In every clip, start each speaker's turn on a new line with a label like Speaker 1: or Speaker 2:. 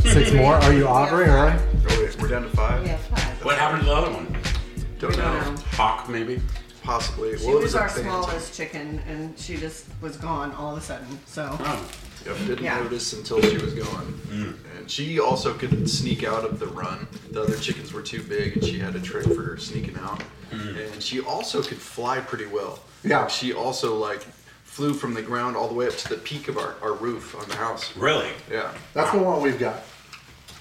Speaker 1: six more? Are you offering,
Speaker 2: Yeah,
Speaker 1: huh?
Speaker 2: five.
Speaker 3: Oh, yeah, we're down to five?
Speaker 2: Yeah, five.
Speaker 4: What happened to the other one?
Speaker 3: Don't know.
Speaker 4: Hawk, maybe?
Speaker 3: Possibly.
Speaker 2: She
Speaker 3: well, it was
Speaker 2: was
Speaker 3: a
Speaker 2: our
Speaker 3: band.
Speaker 2: smallest chicken, and she just was gone all of a sudden. So
Speaker 4: Oh.
Speaker 3: Yep, didn't
Speaker 2: Yeah.
Speaker 3: notice until she was gone. And she also couldn't sneak out of the run. The other chickens were too big, and she had a trick for sneaking out. And she also could fly pretty well.
Speaker 1: Yeah.
Speaker 3: She also like flew from the ground all the way up to the peak of our, our roof on the house.
Speaker 4: Really?
Speaker 3: Yeah.
Speaker 1: That's the one we've got.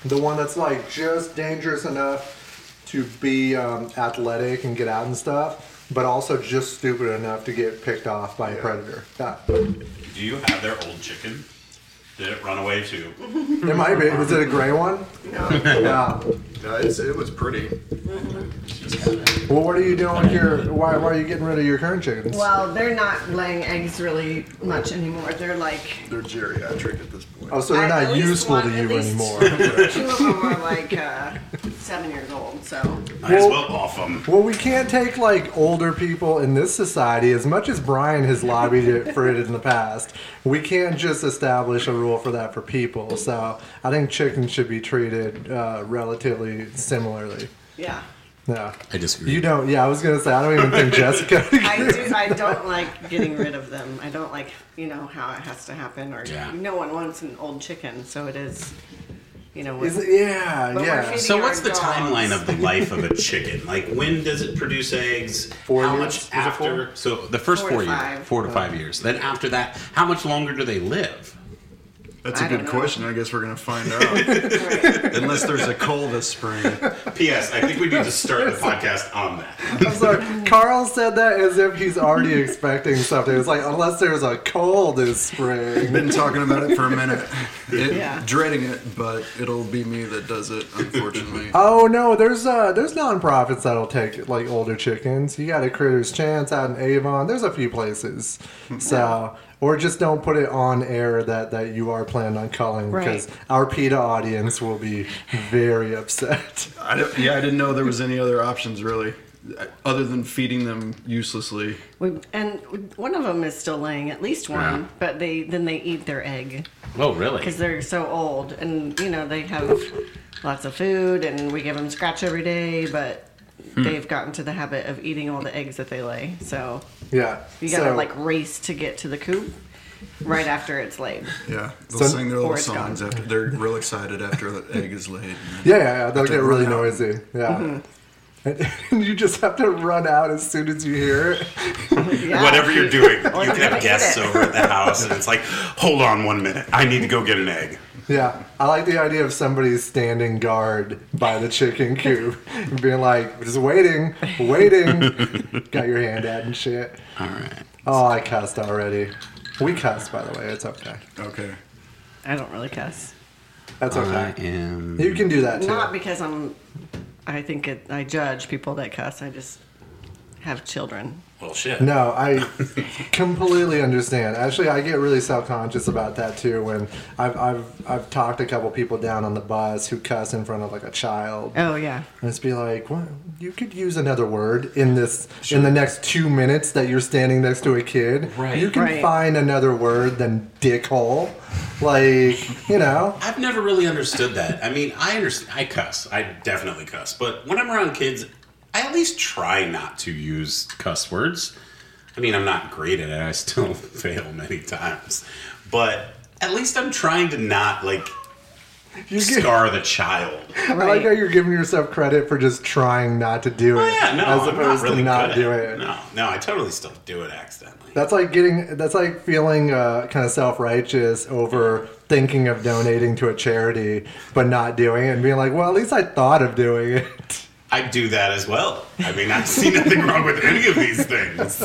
Speaker 1: The one that's like just dangerous enough to be um, athletic and get out and stuff, but also just stupid enough to get picked off by a
Speaker 3: Yeah.
Speaker 1: predator. Yeah.
Speaker 4: Do you have their old chicken? Did it run away too?
Speaker 1: It might be. Is it a gray one?
Speaker 3: No,
Speaker 1: Yeah.
Speaker 3: no it's, it was pretty.
Speaker 1: Well, what are you doing with your? Why, why are you getting rid of your current chickens?
Speaker 2: well, they're not laying eggs really much anymore. They're like
Speaker 3: They're geriatric at this point.
Speaker 1: oh, so they're
Speaker 2: I-
Speaker 1: not
Speaker 2: at least
Speaker 1: useful
Speaker 2: one-
Speaker 1: to
Speaker 2: at
Speaker 1: you
Speaker 2: least-
Speaker 1: anymore.
Speaker 2: two of them are like uh, seven years old. So
Speaker 4: Might as well off them.
Speaker 1: Well, we can't take like older people in this society as much as Brian has lobbied it for it in the past. We can't just establish a rule for that for people. So I think chickens should be treated uh, relatively similarly.
Speaker 2: yeah,
Speaker 1: Yeah.
Speaker 5: I disagree.
Speaker 1: You don't. Yeah, I was gonna say I don't even think Jessica.
Speaker 2: I do. I don't like getting rid of them. I don't like you know how it has to happen, or
Speaker 5: Yeah.
Speaker 2: no one wants an old chicken. So it is, you know,
Speaker 1: Is it- yeah,
Speaker 2: But we're
Speaker 1: yeah.
Speaker 2: feeding-
Speaker 4: So what's the
Speaker 2: They are
Speaker 4: timeline
Speaker 2: dogs.
Speaker 4: of the life of a chicken? Like when does it produce eggs?
Speaker 1: Four
Speaker 4: how
Speaker 1: years? Is
Speaker 4: much
Speaker 1: it
Speaker 4: after? So the first
Speaker 2: Four
Speaker 4: four,
Speaker 2: to
Speaker 4: years,
Speaker 2: five.
Speaker 4: four to five years. Then after that, how much longer do they live?
Speaker 3: That's
Speaker 2: a I good don't know. question.
Speaker 3: I guess we're gonna find out. Unless there's a cold this spring.
Speaker 4: P.S. I think we need to start the podcast on that.
Speaker 1: I'm sorry. Carl said that as if he's already expecting something. It's like unless there's a cold this spring.
Speaker 6: Been talking about it for a minute, It-
Speaker 2: Yeah.
Speaker 6: dreading it, but it'll be me that does it, unfortunately.
Speaker 1: Oh no, there's uh there's nonprofits that'll take like older chickens. You got a Critter's Chance out in Avon. There's a few places. So or just don't put it on air that that you are planning on culling because
Speaker 2: Right.
Speaker 1: our PETA audience will be very upset.
Speaker 6: I don't- yeah, I didn't know there was any other options really, uh, other than feeding them uselessly.
Speaker 2: We, and one of them is still laying, at least one,
Speaker 4: Yeah.
Speaker 2: but they then they eat their egg
Speaker 4: Oh really?
Speaker 2: because they're so old, and you know they have lots of food, and we give them scratch every day, but
Speaker 4: Hmm.
Speaker 2: they've gotten to the habit of eating all the eggs that they lay. So
Speaker 1: Yeah.
Speaker 2: you gotta
Speaker 1: So-
Speaker 2: like race to get to the coop right after it's laid.
Speaker 6: Yeah, they'll
Speaker 1: So-
Speaker 6: sing their little
Speaker 2: Or it's gone.
Speaker 6: songs after. They're real excited after the egg is laid.
Speaker 1: Yeah, yeah, yeah, they'll
Speaker 6: Have to
Speaker 1: get really
Speaker 6: run out.
Speaker 1: noisy. Yeah. And you just have to run out as soon as you hear it.
Speaker 2: Yeah.
Speaker 4: Whatever you're doing, you can
Speaker 2: gonna
Speaker 4: have
Speaker 2: eat
Speaker 4: guests
Speaker 2: it.
Speaker 4: over at the house, and it's like, hold on one minute, I need to go get an egg.
Speaker 1: Yeah, I like the idea of somebody standing guard by the chicken coop and being like, just waiting, waiting. Got your hand out and shit.
Speaker 4: All right.
Speaker 1: Oh, I cussed already. We cussed, by the way. It's okay.
Speaker 6: Okay.
Speaker 2: I don't really cuss.
Speaker 1: That's
Speaker 4: I
Speaker 1: okay.
Speaker 4: am.
Speaker 1: You can do that too.
Speaker 2: Not because I'm. I think it, I judge people that cuss. I just have children.
Speaker 4: Well, shit.
Speaker 1: No, I completely understand. Actually, I get really self-conscious about that too. When I've I've I've talked a couple people down on the bus who cuss in front of like a child,
Speaker 2: Oh yeah.
Speaker 1: and it's be like, "What? You could use another word in this in the next two minutes that you're standing next to a kid.
Speaker 4: Right.
Speaker 1: You can
Speaker 2: Right.
Speaker 1: find another word than dickhole. Like, you know,
Speaker 4: I've never really understood that. I mean, I understand. I cuss. I definitely cuss. But when I'm around kids, I at least try not to use cuss words. I mean, I'm not great at it. I still fail many times. But at least I'm trying to not like
Speaker 1: you get,
Speaker 4: scar the child.
Speaker 1: I like
Speaker 2: Right.
Speaker 1: how you're giving yourself credit for just trying not to do it,
Speaker 4: Oh yeah, no,
Speaker 1: as
Speaker 4: I'm not
Speaker 1: opposed
Speaker 4: really
Speaker 1: to not
Speaker 4: good at
Speaker 1: doing
Speaker 4: it.
Speaker 1: it.
Speaker 4: No, no, I totally still do it accidentally.
Speaker 1: That's like getting. That's like feeling uh, kind of self righteous over thinking of donating to a charity but not doing it, and being like, "Well, at least I thought of doing it."
Speaker 4: I do that as well. I mean, I see nothing wrong with any of these things.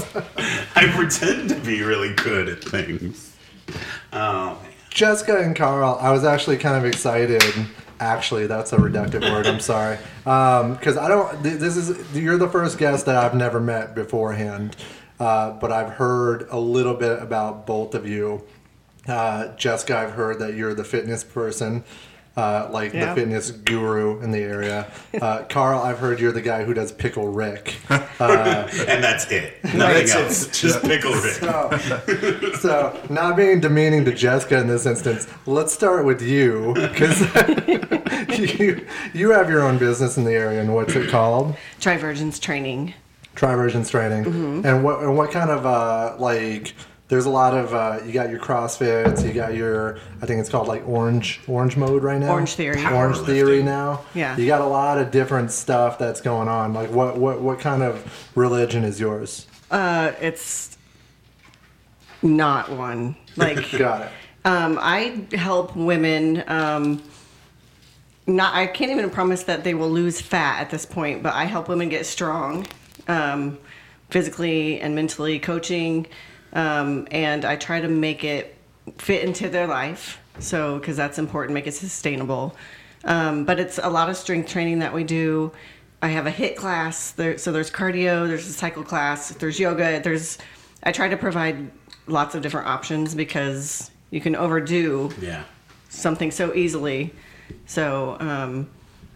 Speaker 4: I pretend to be really good at things. Oh man.
Speaker 1: Jessica and Carl, I was actually kind of excited. Actually, that's a reductive word. I'm sorry, because I don't. th- This is you're the first guest that I've never met beforehand, uh, but I've heard a little bit about both of you. Uh, Jessica, I've heard that you're the fitness person. uh, like
Speaker 2: Yeah.
Speaker 1: the fitness guru in the area. Uh, Carl, I've heard you're the guy who does Pickle Rick. Uh,
Speaker 4: and that's it. Nothing
Speaker 6: That's it.
Speaker 4: else. Just pickle Rick.
Speaker 1: so, so, not being demeaning to Jessica in this instance, let's start with you because you, you have your own business in the area, and what's it called?
Speaker 2: Trivergence training.
Speaker 1: Triversions training,
Speaker 2: Mm-hmm.
Speaker 1: and what and what kind of uh, like? There's a lot of uh, you got your CrossFits, you got your I think it's called like Orange Orange Mode right now.
Speaker 2: Orange Theory.
Speaker 1: Orange
Speaker 4: Powerlifting.
Speaker 1: Theory now.
Speaker 2: Yeah.
Speaker 1: you got a lot of different stuff that's going on. Like what what what kind of religion is yours?
Speaker 2: Uh, it's not one. Like
Speaker 1: Got it.
Speaker 2: Um, I help women. Um, not, I can't even promise that they will lose fat at this point, but I help women get strong, um, physically and mentally, coaching, um, and I try to make it fit into their life. So, because that's important, make it sustainable. Um, but it's a lot of strength training that we do. I have a hit class. There, so there's cardio, there's a cycle class, there's yoga. There's I try to provide lots of different options because you can overdo
Speaker 4: Yeah.
Speaker 2: something so easily. So um,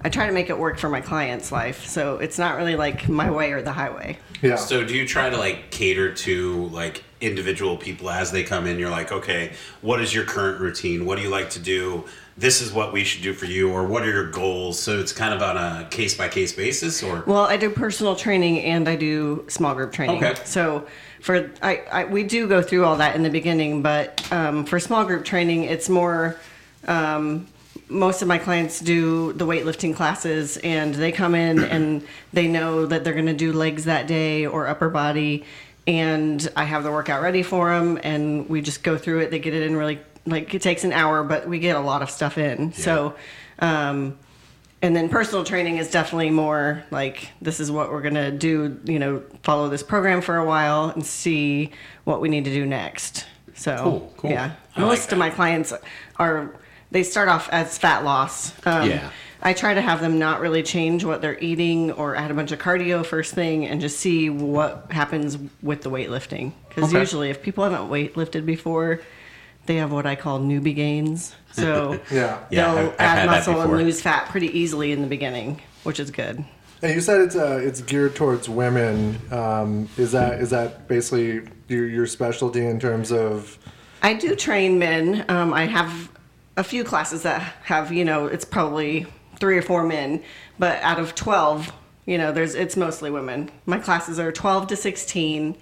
Speaker 2: I try to make it work for my client's life. So it's not really like my way or the highway.
Speaker 1: Yeah.
Speaker 4: So do you try to like cater to like individual people as they come in? You're like, okay, what is your current routine? What do you like to do? This is what we should do for you, or what are your goals? So it's kind of on a case by case basis, or
Speaker 2: Well, I do personal training and I do small group training.
Speaker 4: Okay.
Speaker 2: So for I, I we do go through all that in the beginning, but um, for small group training, it's more. Um, most of my clients do the weightlifting classes and they come in and they know that they're going to do legs that day or upper body and i have the workout ready for them and we just go through it they get it in really like it takes an hour but we get a lot of stuff in so um, and then personal training is definitely more like this is what we're going to do you know follow this program for a while and see what we need to do next so
Speaker 4: Cool, cool.
Speaker 2: yeah
Speaker 4: I like
Speaker 2: most
Speaker 4: that.
Speaker 2: of my clients are they start off as fat loss um,
Speaker 4: Yeah.
Speaker 2: i try to have them not really change what they're eating or add a bunch of cardio first thing and just see what happens with the weightlifting because
Speaker 4: Okay.
Speaker 2: usually if people haven't weightlifted before they have what i call newbie gains so
Speaker 1: yeah.
Speaker 4: Yeah,
Speaker 2: they'll
Speaker 4: I've- I've had
Speaker 2: add
Speaker 4: that
Speaker 2: muscle and
Speaker 4: before.
Speaker 2: lose fat pretty easily in the beginning, which is good.
Speaker 1: And you said it's uh, it's geared towards women. Um, is that is that basically your, your specialty in terms of?
Speaker 2: I do train men. Um, I have a few classes that have, you know, it's probably three or four men, but out of 12, you know, there's it's mostly women. My classes are 12 to 16.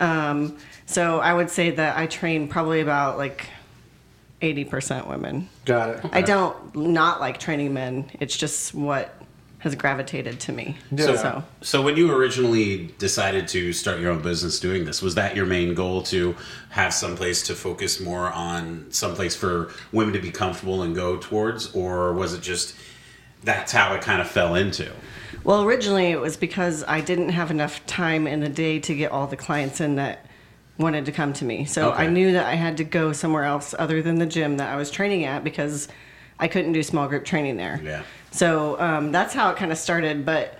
Speaker 2: Um, so I would say that I train probably about like 80% women.
Speaker 1: Got it.
Speaker 2: I don't not like training men. It's just what has gravitated to me.
Speaker 1: Yeah.
Speaker 2: So
Speaker 4: So when you originally decided to start your own business doing this, was that your main goal to have someplace to focus more on someplace for women to be comfortable and go towards or was it just that's how it kind of fell into?
Speaker 2: Well, originally it was because I didn't have enough time in the day to get all the clients in that wanted to come to me. So
Speaker 4: Okay.
Speaker 2: I knew that I had to go somewhere else other than the gym that I was training at because I couldn't do small group training there.
Speaker 4: Yeah.
Speaker 2: So um, that's how it kind of started, but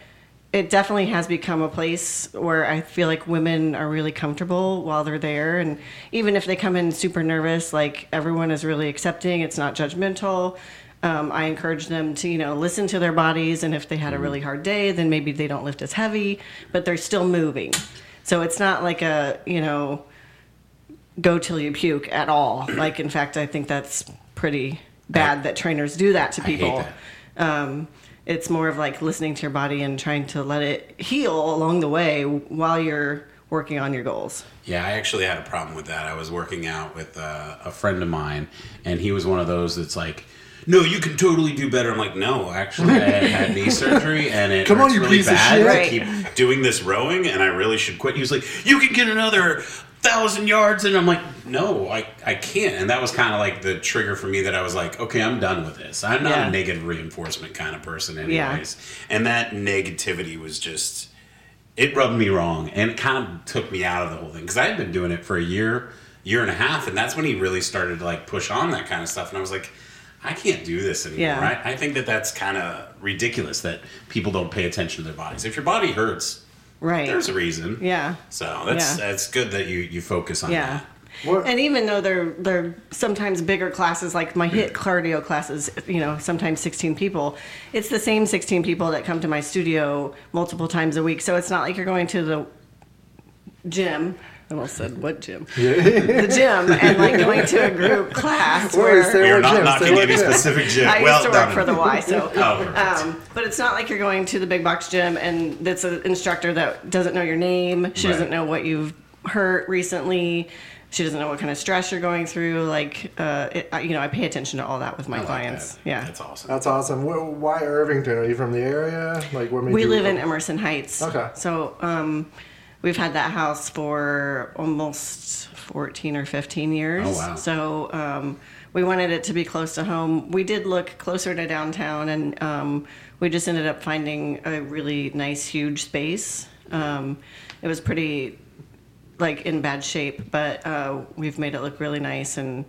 Speaker 2: it definitely has become a place where I feel like women are really comfortable while they're there. And even if they come in super nervous, like everyone is really accepting, it's not judgmental. Um, I encourage them to, you know, listen to their bodies. And if they had a really hard day, then maybe they don't lift as heavy, but they're still moving. So it's not like a, you know, go till you puke at all. Like, in fact, I think that's pretty bad that trainers do that to
Speaker 4: hate
Speaker 2: people
Speaker 4: that.
Speaker 2: um, it's more of like listening to your body and trying to let it heal along the way while you're working on your goals.
Speaker 4: Yeah, I actually had a problem with that. I was working out with uh, a friend of mine, and he was one of those that's like, "No, you can totally do better." I'm like, "No, actually, I had knee surgery, and it
Speaker 1: Come on,
Speaker 4: hurts
Speaker 1: you
Speaker 4: really
Speaker 1: piece of
Speaker 4: bad.
Speaker 1: shit.
Speaker 2: Right.
Speaker 4: I keep doing this rowing, and I really should quit." He was like, "You can get another thousand yards," and I'm like, "No, I I can't." And that was kind of like the trigger for me that I was like, "Okay, I'm done with this. I'm not
Speaker 2: Yeah.
Speaker 4: a negative reinforcement kind of person, anyways."
Speaker 2: Yeah.
Speaker 4: And that negativity was just it rubbed me wrong and it kind of took me out of the whole thing because I had been doing it for a year, year and a half, and that's when he really started to like push on that kind of stuff. And I was like, I can't do this anymore.
Speaker 2: Yeah.
Speaker 4: I, I think that that's kind of ridiculous that people don't pay attention to their bodies. If your body hurts,
Speaker 2: Right.
Speaker 4: there's a reason.
Speaker 2: yeah.
Speaker 4: So that's
Speaker 2: Yeah.
Speaker 4: that's good that you you focus on
Speaker 2: Yeah.
Speaker 4: that.
Speaker 1: What-
Speaker 2: And even though they're they're sometimes bigger classes, like my hit cardio classes, you know, sometimes 16 people, it's the same 16 people that come to my studio multiple times a week. So it's not like you're going to the gym. I almost said what gym? the gym and like going to a group class
Speaker 1: Wait,
Speaker 2: where
Speaker 1: say
Speaker 4: We are
Speaker 1: what
Speaker 4: not
Speaker 1: gym, say
Speaker 4: knocking
Speaker 1: what
Speaker 4: any
Speaker 1: gym.
Speaker 4: specific gym.
Speaker 2: I
Speaker 4: well
Speaker 2: used to work
Speaker 4: done.
Speaker 2: for the Y, so.
Speaker 4: Oh, perfect.
Speaker 2: Um, but it's not like you're going to the big box gym and that's an instructor that doesn't know your name. She
Speaker 4: Right.
Speaker 2: doesn't know what you've hurt recently. She doesn't know what kind of stress you're going through. Like, uh, it, I- you know, I pay attention to all that with my
Speaker 4: I like
Speaker 2: clients.
Speaker 4: that.
Speaker 2: Yeah.
Speaker 4: That's awesome.
Speaker 1: That's awesome. Wh- Why Irvington? Are you from the area? Like what made
Speaker 2: we
Speaker 1: you-
Speaker 2: live in Emerson Heights.
Speaker 1: Okay.
Speaker 2: So um, we've had that house for almost 14 or 15 years.
Speaker 4: Oh, wow.
Speaker 2: So um, we wanted it to be close to home. We did look closer to downtown, and um, we just ended up finding a really nice, huge space. Um, it was pretty, like, in bad shape, but uh, we've made it look really nice and.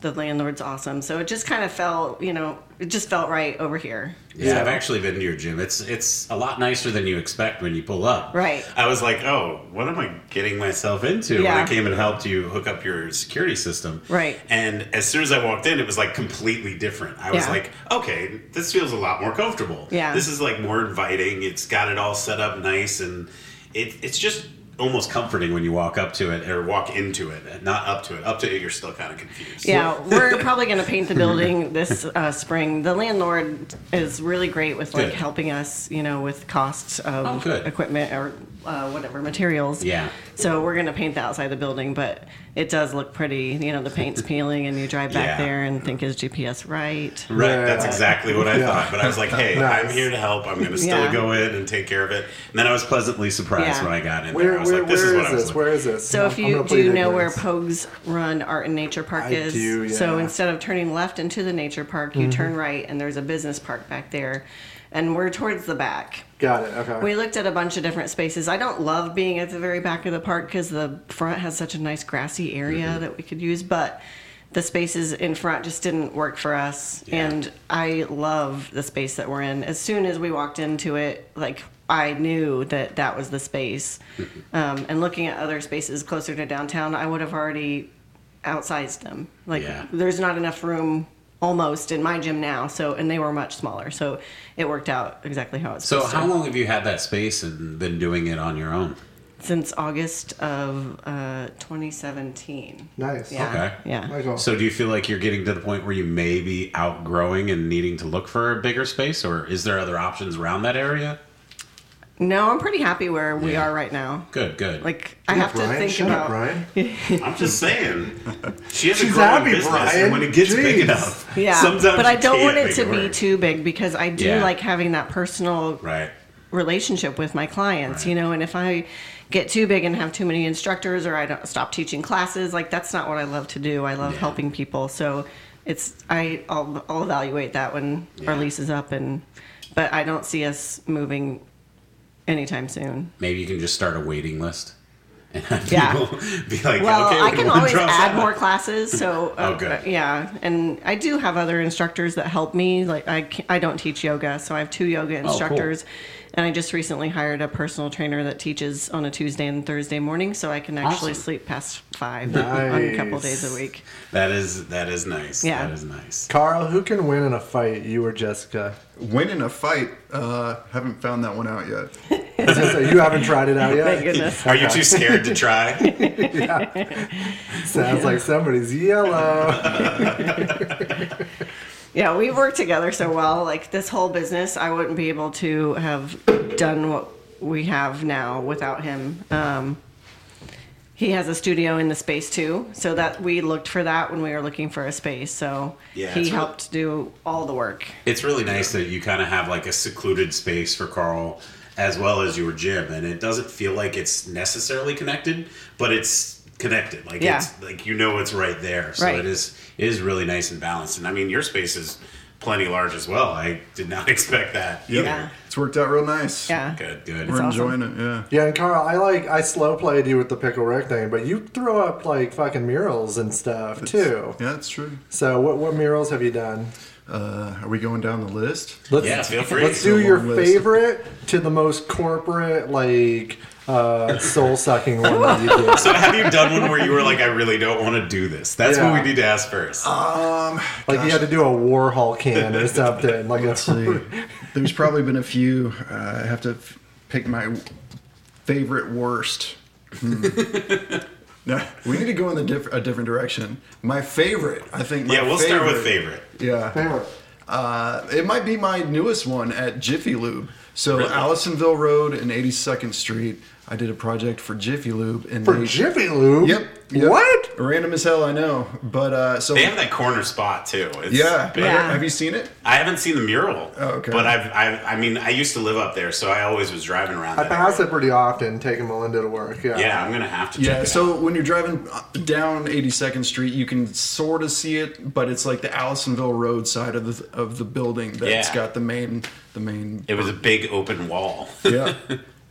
Speaker 2: The landlord's awesome, so it just kind of felt, you know, it just felt right over here.
Speaker 4: Yeah,
Speaker 1: Yeah.
Speaker 4: I've actually been to your gym. It's it's a lot nicer than you expect when you pull up.
Speaker 2: Right.
Speaker 4: I was like, oh, what am I getting myself into? When I
Speaker 2: Yeah.
Speaker 4: came and helped you hook up your security system.
Speaker 2: Right.
Speaker 4: And as soon as I walked in, it was like completely different. I was
Speaker 2: Yeah.
Speaker 4: like, okay, this feels a lot more comfortable.
Speaker 2: Yeah.
Speaker 4: This is like more inviting. It's got it all set up nice, and it it's just almost comforting when you walk up to it or walk into it, not up to it. Up to it, you're still kind of confused.
Speaker 2: Yeah, we're probably going to paint the building this uh, spring. The landlord is really great with like
Speaker 4: Good.
Speaker 2: helping us, you know, with costs of
Speaker 4: Oh, good.
Speaker 2: equipment or uh, whatever materials.
Speaker 4: Yeah.
Speaker 2: So we're going to paint the outside of the building, but it does look pretty. You know, the paint's peeling, and you drive back
Speaker 4: Yeah.
Speaker 2: there and think, is GPS right?
Speaker 4: Right,
Speaker 1: Yeah.
Speaker 4: that's exactly what I
Speaker 1: Yeah.
Speaker 4: thought. But I was like, hey,
Speaker 1: Nice.
Speaker 4: I'm here to help. I'm going to still
Speaker 2: Yeah.
Speaker 4: go in and take care of it. And then I was pleasantly surprised
Speaker 2: Yeah.
Speaker 4: when I got in there.
Speaker 1: Where,
Speaker 4: I was
Speaker 1: where,
Speaker 4: like, this is
Speaker 1: where
Speaker 4: what
Speaker 1: is
Speaker 4: I was
Speaker 1: this?
Speaker 4: looking
Speaker 1: Where is this?
Speaker 2: So if
Speaker 1: I'm
Speaker 2: you
Speaker 1: gonna plead
Speaker 2: do know where
Speaker 1: ignorance.
Speaker 2: Pogues Run Art and Nature Park
Speaker 1: I
Speaker 2: is,
Speaker 1: do,
Speaker 2: so
Speaker 1: yeah.
Speaker 2: instead of turning left into the nature park, you turn right, and there's a business park back there, and we're towards the back.
Speaker 1: Got it. Okay.
Speaker 2: We looked at a bunch of different spaces. I don't love being at the very back of the park because the front has such a nice grassy area
Speaker 4: Mm-hmm.
Speaker 2: that we could use, but the spaces in front just didn't work for us.
Speaker 4: Yeah.
Speaker 2: And I love the space that we're in. As soon as we walked into it, like I knew that that was the space.
Speaker 4: Mm-hmm.
Speaker 2: um, and looking at other spaces closer to downtown, I would have already outsized them. Like
Speaker 4: Yeah.
Speaker 2: there's not enough room. Almost in my gym now, so and they were much smaller, so it worked out exactly how it's
Speaker 4: So
Speaker 2: supposed to.
Speaker 4: how long have you had that space and been doing it on your own?
Speaker 2: since August of uh, 2017.
Speaker 1: nice.
Speaker 2: Yeah.
Speaker 4: Okay.
Speaker 2: Yeah.
Speaker 1: Michael.
Speaker 4: So do you feel like you're getting to the point where you may be outgrowing and needing to look for a bigger space, or is there other options around that area?
Speaker 2: No, I'm pretty happy where we
Speaker 4: Yeah.
Speaker 2: are right now.
Speaker 4: Good, good.
Speaker 2: Like I have
Speaker 1: Brian,
Speaker 2: to think
Speaker 1: shut
Speaker 2: about.
Speaker 1: up, Brian.
Speaker 4: I'm just saying, she has a
Speaker 1: She's
Speaker 4: growing
Speaker 1: happy,
Speaker 4: business,
Speaker 1: Brian.
Speaker 4: and when it gets big
Speaker 1: Jeez.
Speaker 4: enough,
Speaker 2: Yeah,
Speaker 4: sometimes
Speaker 2: but I
Speaker 4: you
Speaker 2: don't want
Speaker 4: can't
Speaker 2: it to
Speaker 4: make
Speaker 2: be
Speaker 4: work.
Speaker 2: too big because I do
Speaker 4: Yeah.
Speaker 2: like having that personal
Speaker 4: right.
Speaker 2: relationship with my clients,
Speaker 4: Right.
Speaker 2: you know. And if I get too big and have too many instructors, or I don't stop teaching classes, like that's not what I love to do. I love
Speaker 4: Yeah.
Speaker 2: helping people, so it's I I'll, I'll evaluate that when our
Speaker 4: Yeah.
Speaker 2: lease is up, and but I don't see us moving anytime soon.
Speaker 4: Maybe you can just start a waiting list and have
Speaker 2: Yeah.
Speaker 4: people be like,
Speaker 2: Well,
Speaker 4: okay,
Speaker 2: I
Speaker 4: when
Speaker 2: can
Speaker 4: one
Speaker 2: always
Speaker 4: drops
Speaker 2: add
Speaker 4: out."
Speaker 2: more classes. So, uh,
Speaker 4: Oh, good.
Speaker 2: yeah, and I do have other instructors that help me. Like I, ca- I don't teach yoga, so I have two yoga
Speaker 4: Oh, cool.
Speaker 2: instructors, and I just recently hired a personal trainer that teaches on a Tuesday and Thursday morning, so I can actually
Speaker 4: Awesome.
Speaker 2: sleep past five on a couple
Speaker 1: Nice.
Speaker 2: days a week.
Speaker 4: That is that is nice.
Speaker 2: Yeah.
Speaker 4: That is nice.
Speaker 1: Carl, who can win in a fight, you or Jessica?
Speaker 6: Win in a fight. Uh, haven't found that one out yet.
Speaker 1: I was gonna say, you haven't tried it out
Speaker 2: Thank
Speaker 1: yet.
Speaker 2: goodness.
Speaker 4: Are you too scared to try?
Speaker 1: Sounds like somebody's yellow.
Speaker 2: Yeah, we've worked together so well. Like this whole business, I wouldn't be able to have done what we have now without him. Um, he has a studio in the space too, so that we looked for that when we were looking for a space. So
Speaker 4: Yeah,
Speaker 2: he
Speaker 4: it's real-
Speaker 2: helped do all the work.
Speaker 4: it's really nice that you kind of have like a secluded space for Carl as well as your gym and it doesn't feel like it's necessarily connected, but it's connected. Like
Speaker 2: Yeah.
Speaker 4: it's like you know it's right there. So
Speaker 2: Right.
Speaker 4: it is it is really nice and balanced. And I mean your space is plenty large as well. I did not expect that. either.
Speaker 2: Yeah.
Speaker 6: It's worked out real nice.
Speaker 2: Yeah.
Speaker 4: Good, good.
Speaker 6: We're
Speaker 2: awesome.
Speaker 6: enjoying it. Yeah.
Speaker 1: Yeah, and Carl, I like I slow played you with the pickle Rick thing, but you throw up like fucking murals and stuff too.
Speaker 6: Yeah, it's true.
Speaker 1: So what what murals have you done?
Speaker 6: Uh, are we going down the list?
Speaker 1: Let's,
Speaker 4: Yeah, feel free.
Speaker 1: Let's do
Speaker 6: It's a
Speaker 1: your
Speaker 6: long list.
Speaker 1: favorite to the most corporate, like uh, soul sucking one that you did.
Speaker 4: So have you done one where you were like, I really don't want to do this? That's
Speaker 1: Yeah.
Speaker 4: what we need to ask first.
Speaker 6: Um,
Speaker 1: Like you had to do a Warhol can or something. Like
Speaker 5: Let's see. There's probably been a few. Uh, I have to f- pick my favorite worst. Hmm. no, we need to go in the diff- a different direction. My favorite, I think. My
Speaker 4: yeah, we'll start with favorite.
Speaker 5: Yeah,
Speaker 1: a
Speaker 5: uh, it might be my newest one at Jiffy Lube. So Allisonville Road and 82nd Street. I did a project for Jiffy Lube and
Speaker 1: for
Speaker 5: they-
Speaker 1: Jiffy Lube.
Speaker 5: Yep, yep.
Speaker 1: What?
Speaker 5: Random as hell, I know. But uh, so
Speaker 4: They have that corner spot too. It's
Speaker 5: yeah.
Speaker 4: big.
Speaker 2: Yeah.
Speaker 5: Have you seen it?
Speaker 4: I haven't seen the mural.
Speaker 5: Oh, okay.
Speaker 4: But I've, I've, I mean, I used to live up there, so I always was driving around.
Speaker 1: I
Speaker 4: that
Speaker 1: pass
Speaker 4: area.
Speaker 1: it pretty often, taking Melinda to work. Yeah.
Speaker 4: Yeah, I'm gonna have to. check
Speaker 5: Yeah,
Speaker 4: it
Speaker 5: so when you're driving uh, down 82nd Street, you can sort of see it, but it's like the Allisonville Road side of the of the building that's
Speaker 4: Yeah.
Speaker 5: got the main the main.
Speaker 4: It was a big open wall.
Speaker 5: Yeah,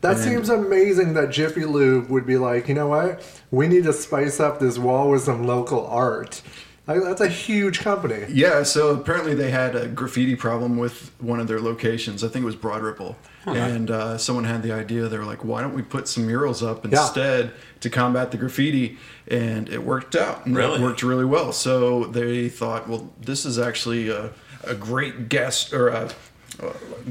Speaker 1: That seems amazing that Jiffy Lube would be like, you know what? We need to spice up this wall with some local art. Like, that's a huge company.
Speaker 5: yeah. So apparently they had a graffiti problem with one of their locations. I think it was Broad Ripple, and uh, someone had the idea. They were like, "Why don't we put some murals up instead to combat the graffiti?" And it worked out. And
Speaker 4: Really?
Speaker 5: it worked really well. So they thought, "Well, this is actually a, a great guest or a."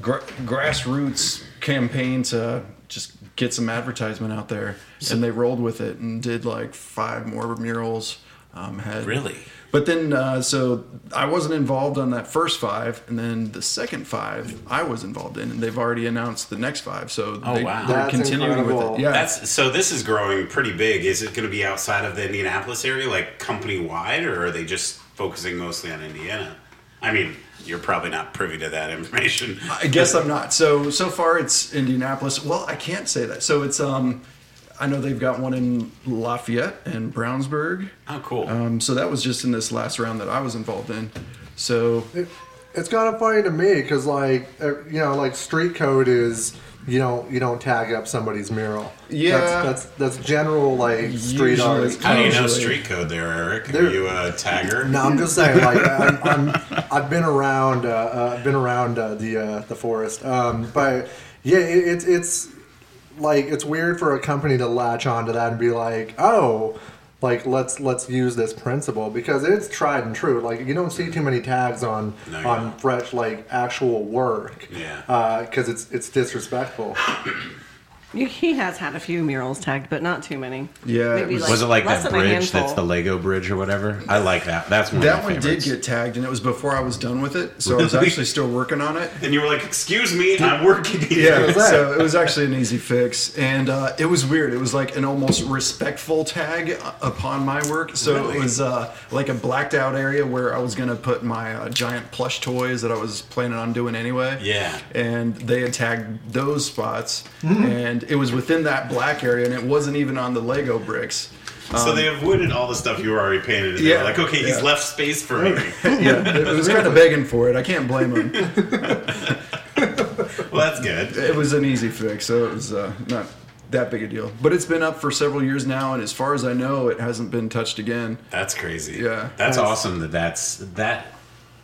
Speaker 5: gra- grassroots campaign to just get some advertisement out there, and they rolled with it and did like five more murals. Um, had
Speaker 4: Really?
Speaker 5: but then uh, so I wasn't involved on that first five, and then the second five I was involved in, and they've already announced the next five, so
Speaker 4: Oh,
Speaker 5: they,
Speaker 4: wow.
Speaker 5: they're
Speaker 1: That's
Speaker 5: continuing with
Speaker 1: incredible.
Speaker 5: it. Yeah,
Speaker 4: That's so. This is growing pretty big. Is it going to be outside of the Indianapolis area, like company wide, or are they just focusing mostly on Indiana? I mean, you're probably not privy to that information.
Speaker 5: I guess I'm not. So so far it's Indianapolis. Well, I can't say that. So it's um, I know they've got one in Lafayette and Brownsburg.
Speaker 4: Oh, cool.
Speaker 5: Um, so that was just in this last round that I was involved in. So
Speaker 1: It, it's kind of funny to me because, like, uh, you know, like street code is you don't you don't tag up somebody's mural.
Speaker 5: Yeah.
Speaker 1: that's that's, that's general like street
Speaker 5: Usually.
Speaker 1: art.
Speaker 4: How do you know
Speaker 5: Totally.
Speaker 4: street code there, Eric? Are
Speaker 1: There-
Speaker 4: you a tagger?
Speaker 1: No, I'm just saying. Like, I'm, I'm, I've been around, uh, uh, been around uh, the uh, the forest, um, but yeah, it, it's it's like it's weird for a company to latch onto that and be like, oh, like let's let's use this principle because it's tried and true. Like, you don't see too many tags on
Speaker 4: No, you
Speaker 1: on
Speaker 4: don't.
Speaker 1: fresh like actual work,
Speaker 4: Yeah.
Speaker 1: because it's it's disrespectful.
Speaker 2: You- He has had a few murals tagged, but not too many.
Speaker 5: Yeah, it
Speaker 2: Maybe
Speaker 5: was-
Speaker 2: like
Speaker 4: was it like
Speaker 2: less
Speaker 4: that
Speaker 2: than a
Speaker 4: bridge that's the
Speaker 2: handful.
Speaker 4: Lego bridge or whatever? I like that. That's one.
Speaker 5: that
Speaker 4: of my
Speaker 5: one
Speaker 4: favorites.
Speaker 5: did get tagged, and it was before I was done with it, so I was actually still working on it.
Speaker 4: And you were like, "Excuse me, I'm working here."
Speaker 5: Yeah,
Speaker 1: was that?
Speaker 5: so it was actually an easy fix, and uh, it was weird. It was like an almost respectful tag upon my work. So
Speaker 4: Really?
Speaker 5: it was uh, like a blacked out area where I was gonna put my uh, giant plush toys that I was planning on doing anyway.
Speaker 4: Yeah. Hmm.
Speaker 5: and they had tagged those spots, and it was within that black area, and it wasn't even on the Lego bricks.
Speaker 4: So they avoided all the stuff you were already painted. And
Speaker 5: Um, Yeah.
Speaker 4: they were like, "Okay, he's
Speaker 5: Yeah.
Speaker 4: left space for me."
Speaker 5: Yeah, it was kind of begging for it. I can't blame him.
Speaker 4: well, that's good.
Speaker 5: it was an easy fix, so it was uh, not that big a deal. But it's been up for several years now, and as far as I know, it hasn't been touched again.
Speaker 4: That's crazy.
Speaker 5: Yeah.
Speaker 4: That's
Speaker 5: That's-
Speaker 4: awesome that that's that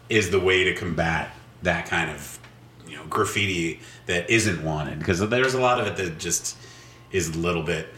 Speaker 4: is the way to combat that kind of you know graffiti that isn't wanted because there's a lot of it that just is a little bit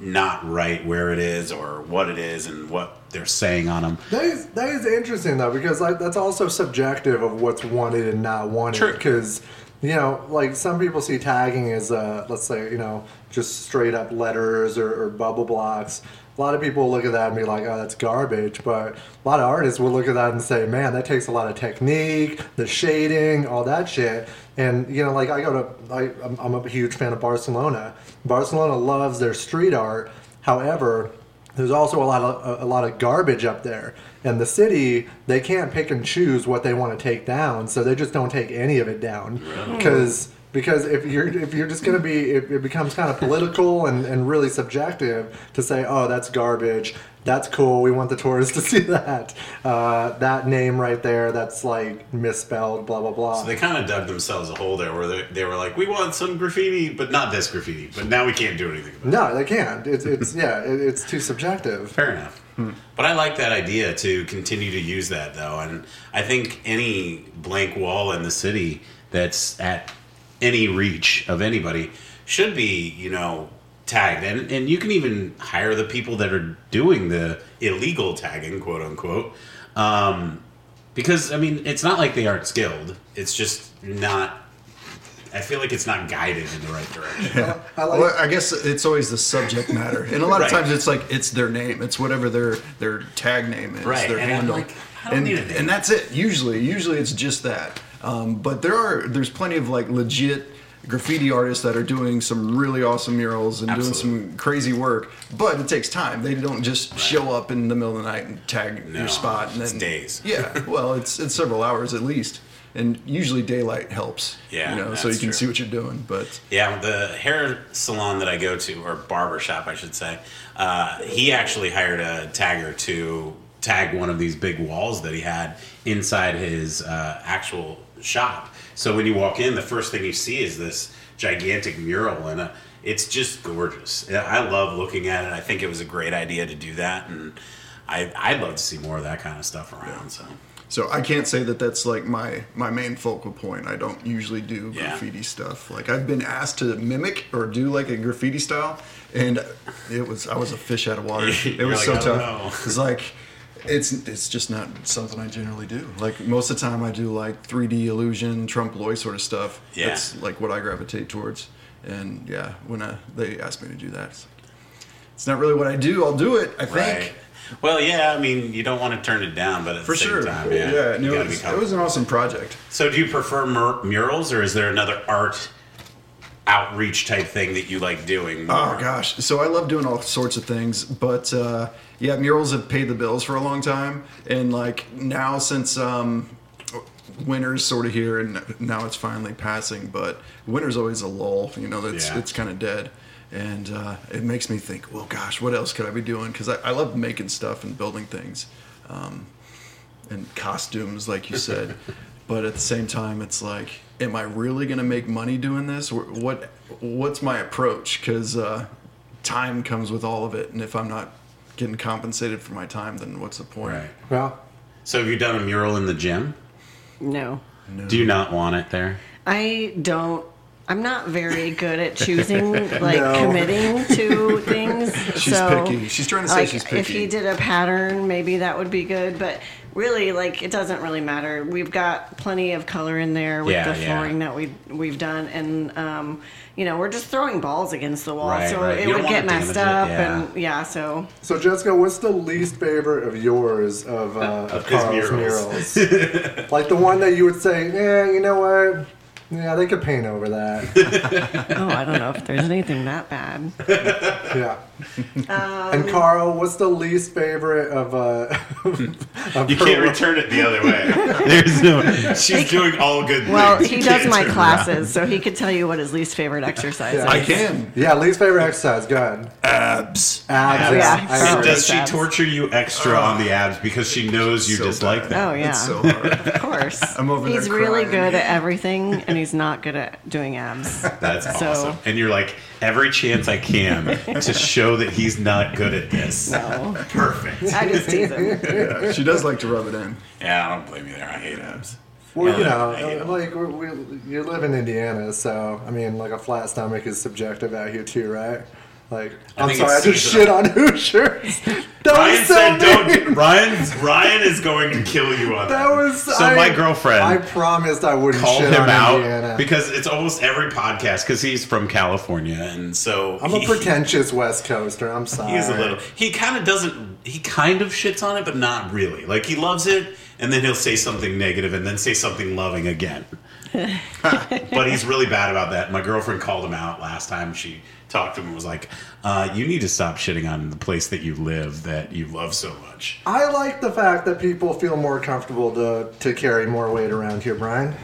Speaker 4: not right where it is or what it is and what they're saying on them.
Speaker 1: That is that is interesting though because like that's also subjective of what's wanted and not wanted
Speaker 4: True.
Speaker 1: because you know like some people see tagging as uh, let's say you know just straight up letters or, or bubble blocks. A lot of people look at that and be like, "Oh, that's garbage," but a lot of artists will look at that and say, "Man, that takes a lot of technique, the shading, all that shit." And you know, like I go to, I, I'm, I'm a huge fan of Barcelona. Barcelona loves their street art. However, there's also a lot of a lot of garbage up there and the city they can't pick and choose what they want to take down so they just don't take any of it down because because if you're if you're just going to be it, it becomes kind of political and, and really subjective to say oh that's garbage that's cool we want the tourists to see that uh, that name right there that's like misspelled blah blah blah
Speaker 4: So they kind of dug themselves a hole there where they, they were like, "We want some graffiti, but not this graffiti." But now we can't do anything about
Speaker 1: no
Speaker 4: it.
Speaker 1: they can't it's, it's yeah it, it's too subjective
Speaker 4: Fair enough. But I like that idea to continue to use that though, and I think any blank wall in the city that's at any reach of anybody should be, you know, tagged, and and you can even hire the people that are doing the illegal tagging, quote unquote. Um, because I mean, it's not like they aren't skilled. It's just not. I feel like it's not guided in the right direction.
Speaker 1: I like
Speaker 5: well, I guess it's always the subject matter, and a lot
Speaker 4: Right.
Speaker 5: of times it's like it's their name, it's whatever their their tag name is,
Speaker 4: Right,
Speaker 5: their
Speaker 4: and I'm
Speaker 5: handle,
Speaker 4: like, I don't
Speaker 5: and
Speaker 4: need a name.
Speaker 5: and that's it. Usually, usually it's just that. Um, but there are there's plenty of like legit graffiti artists that are doing some really awesome murals and
Speaker 4: Absolutely.
Speaker 5: doing some crazy work. But it takes time. They don't just show up in the middle of the night and tag
Speaker 4: No,
Speaker 5: your spot. And
Speaker 4: it's
Speaker 5: then,
Speaker 4: days.
Speaker 5: Yeah, well, it's it's several hours at least. And usually daylight helps,
Speaker 4: Yeah,
Speaker 5: you know, so you
Speaker 4: that's
Speaker 5: can
Speaker 4: true.
Speaker 5: see what you're doing. But
Speaker 4: Yeah, the hair salon that I go to, or barber shop, I should say, uh, he actually hired a tagger to tag one of these big walls that he had inside his uh, actual shop. So when you walk in, the first thing you see is this gigantic mural, and uh, it's just gorgeous. Yeah, I love looking at it. I think it was a great idea to do that, and I, I'd love to see more of that kind of stuff around. So
Speaker 5: So I can't say that that's like my my main focal point. I don't usually do
Speaker 4: Yeah.
Speaker 5: graffiti stuff. Like I've been asked to mimic or do like a graffiti style, and it was I was a fish out of water. It
Speaker 4: You're
Speaker 5: was
Speaker 4: like, "Oh,
Speaker 5: so
Speaker 4: "I don't know."
Speaker 5: tough. It's like it's it's just not something I generally do. Like most of the time I do like 3D illusion, Trump Loy sort of stuff.
Speaker 4: Yeah.
Speaker 5: That's like what I gravitate towards. And yeah, when I, they asked me to do that, it's, like, it's not really what I do. I'll do it. I think.
Speaker 4: right. Well, yeah, I mean, you don't want to turn it down, but at
Speaker 5: For
Speaker 4: the same
Speaker 5: sure.
Speaker 4: time,
Speaker 5: yeah,
Speaker 4: yeah,
Speaker 5: and
Speaker 4: you
Speaker 5: it,
Speaker 4: gotta
Speaker 5: was,
Speaker 4: be
Speaker 5: it was an awesome project.
Speaker 4: So, do you prefer mur- murals, or is there another art outreach type thing that you like doing?
Speaker 5: Oh
Speaker 4: more?
Speaker 5: gosh, so I love doing all sorts of things, but uh, yeah, murals have paid the bills for a long time, and like now since um, winter's sort of here, and now it's finally passing, but winter's always a lull, you know, it's
Speaker 4: Yeah.
Speaker 5: it's kind of dead, and uh, it makes me think, well, gosh, what else could I be doing? Because I, I love making stuff and building things, um, and costumes, like you said, but at the same time, it's like. Am I really gonna make money doing this? Or What What's my approach? Because uh, time comes with all of it, and if I'm not getting compensated for my time, then what's the point?
Speaker 4: Right.
Speaker 1: well,
Speaker 4: So, have you done a mural in the gym?
Speaker 2: No.
Speaker 4: Do you not want it there?
Speaker 2: I don't. I'm not very good at choosing, like
Speaker 1: No.
Speaker 2: committing to things.
Speaker 5: She's
Speaker 2: so,
Speaker 5: picky. She's trying to say
Speaker 2: like,
Speaker 5: she's picky.
Speaker 2: If he did a pattern, maybe that would be good. But really, like, it doesn't really matter. We've got plenty of color in there with
Speaker 4: Yeah,
Speaker 2: the
Speaker 4: yeah.
Speaker 2: flooring that we we've done, and um, you know, we're just throwing balls against the wall,
Speaker 4: Right,
Speaker 2: so
Speaker 4: right.
Speaker 2: it
Speaker 4: You don't
Speaker 2: would
Speaker 4: wanna
Speaker 2: get messed up,
Speaker 4: damage it,
Speaker 2: and yeah, so
Speaker 1: so Jessica, what's the least favorite of yours of, uh, of
Speaker 4: of his
Speaker 1: Carl's murals?
Speaker 4: murals.
Speaker 1: like the one that you would say, yeah, you know what? Yeah, they could paint over that.
Speaker 2: oh, I don't know if there's anything that bad.
Speaker 1: Yeah. and Carl, what's the least favorite of uh? of
Speaker 4: You
Speaker 1: her
Speaker 4: can't
Speaker 1: work?
Speaker 4: return it the other way. There's no. She's doing all good.
Speaker 2: Well,
Speaker 4: things.
Speaker 2: Oh, he
Speaker 4: You
Speaker 2: does
Speaker 4: can't
Speaker 2: my
Speaker 4: turn it
Speaker 2: classes, so he could tell you what his least favorite exercise
Speaker 1: Yeah.
Speaker 2: is.
Speaker 5: I can.
Speaker 1: Yeah, least favorite exercise. Go around.
Speaker 5: Abs.
Speaker 2: Oh,
Speaker 1: Abs. I
Speaker 2: Yeah.
Speaker 4: around.
Speaker 2: Sorry.
Speaker 4: And
Speaker 1: agree.
Speaker 4: does she
Speaker 2: Abs.
Speaker 4: torture you extra on the abs because she knows you
Speaker 5: So
Speaker 4: dislike
Speaker 5: bad.
Speaker 4: them?
Speaker 2: Oh yeah,
Speaker 5: It's so hard.
Speaker 2: of course.
Speaker 5: I'm over
Speaker 2: he's
Speaker 5: there
Speaker 2: really
Speaker 5: crying.
Speaker 2: good at everything, and he's not good at doing abs.
Speaker 4: That's
Speaker 2: So-
Speaker 4: awesome. And you're like every chance I can to show that he's not good at this.
Speaker 2: No,
Speaker 4: Perfect.
Speaker 2: I just tease him.
Speaker 5: Yeah, she does like to rub it in.
Speaker 4: Yeah, I don't blame you there. I hate abs.
Speaker 1: Well, you
Speaker 4: Yeah,
Speaker 1: know,
Speaker 4: I hate
Speaker 1: uh,
Speaker 4: them.
Speaker 1: like we, we, you live in Indiana, so I mean, like a flat stomach is subjective out here too, right? Like,
Speaker 4: I
Speaker 1: I'm
Speaker 4: think
Speaker 1: sorry, I
Speaker 4: it's
Speaker 1: just shit
Speaker 4: seasonal.
Speaker 1: on Hoosiers. Don't
Speaker 4: Ryan
Speaker 1: sell
Speaker 4: said,
Speaker 1: me.
Speaker 4: "Don't." Ryan's Ryan is going to kill you on that.
Speaker 1: That was
Speaker 4: so.
Speaker 1: I-
Speaker 4: my girlfriend
Speaker 1: I promised I wouldn't
Speaker 4: called
Speaker 1: shit
Speaker 4: him
Speaker 1: on
Speaker 4: out
Speaker 1: Indiana.
Speaker 4: because it's almost every podcast because he's from California, and so
Speaker 1: I'm a pretentious West Coaster. I'm sorry.
Speaker 4: He's a little. He kind of doesn't. He kind of shits on it, but not really. Like he loves it, and then he'll say something negative, and then say something loving again. but he's really bad about that. My girlfriend called him out last time. She talked to him and was like, uh, "You need to stop shitting on the place that you live that you love so much."
Speaker 1: I like the fact that people feel more comfortable to to carry more weight around here, Brian.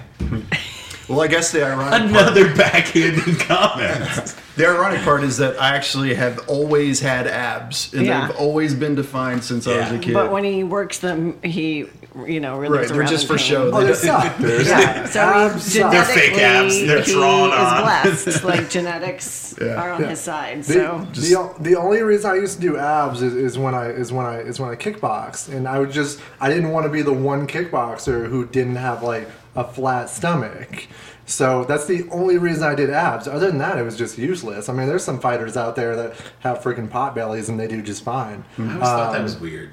Speaker 5: Well, I guess the ironic part,
Speaker 4: Another backhanded comment.
Speaker 5: the ironic part is that I actually have always had abs, and
Speaker 2: Yeah.
Speaker 5: they've always been defined since I was
Speaker 4: Yeah.
Speaker 5: a kid.
Speaker 2: But when he works them, he you know really
Speaker 5: right, they're just for show.
Speaker 1: Oh,
Speaker 5: They
Speaker 1: they
Speaker 5: don't-
Speaker 1: suck. They're
Speaker 2: Yeah, so
Speaker 1: Abs
Speaker 2: he's
Speaker 1: suck.
Speaker 4: They're fake abs.
Speaker 2: genetically,
Speaker 4: They're
Speaker 2: he
Speaker 4: drawn
Speaker 2: is
Speaker 4: on.
Speaker 2: blessed. Like genetics
Speaker 5: Yeah.
Speaker 2: are on
Speaker 1: Yeah.
Speaker 2: his side.
Speaker 1: The,
Speaker 2: So
Speaker 1: the, o- the only reason I used to do abs is, is when I is when I is when I kickboxed, and I would just I didn't want to be the one kickboxer who didn't have like a flat stomach. So that's the only reason I did abs. Other than that, it was just useless. I mean, there's some fighters out there that have freaking pot bellies and they do just fine.
Speaker 4: I always thought that was
Speaker 1: Um,
Speaker 4: weird.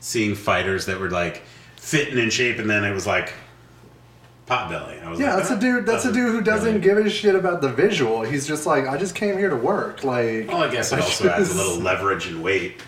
Speaker 4: Seeing fighters that were like fit and in shape, and then it was like pot belly. I was
Speaker 1: Yeah,
Speaker 4: like,
Speaker 1: that's
Speaker 4: "Ah,
Speaker 1: a dude. That's a dude who doesn't
Speaker 4: really-"
Speaker 1: give a shit about the visual. He's just like, I just came here to work. Like,
Speaker 4: Well, I guess it also adds a little leverage and weight.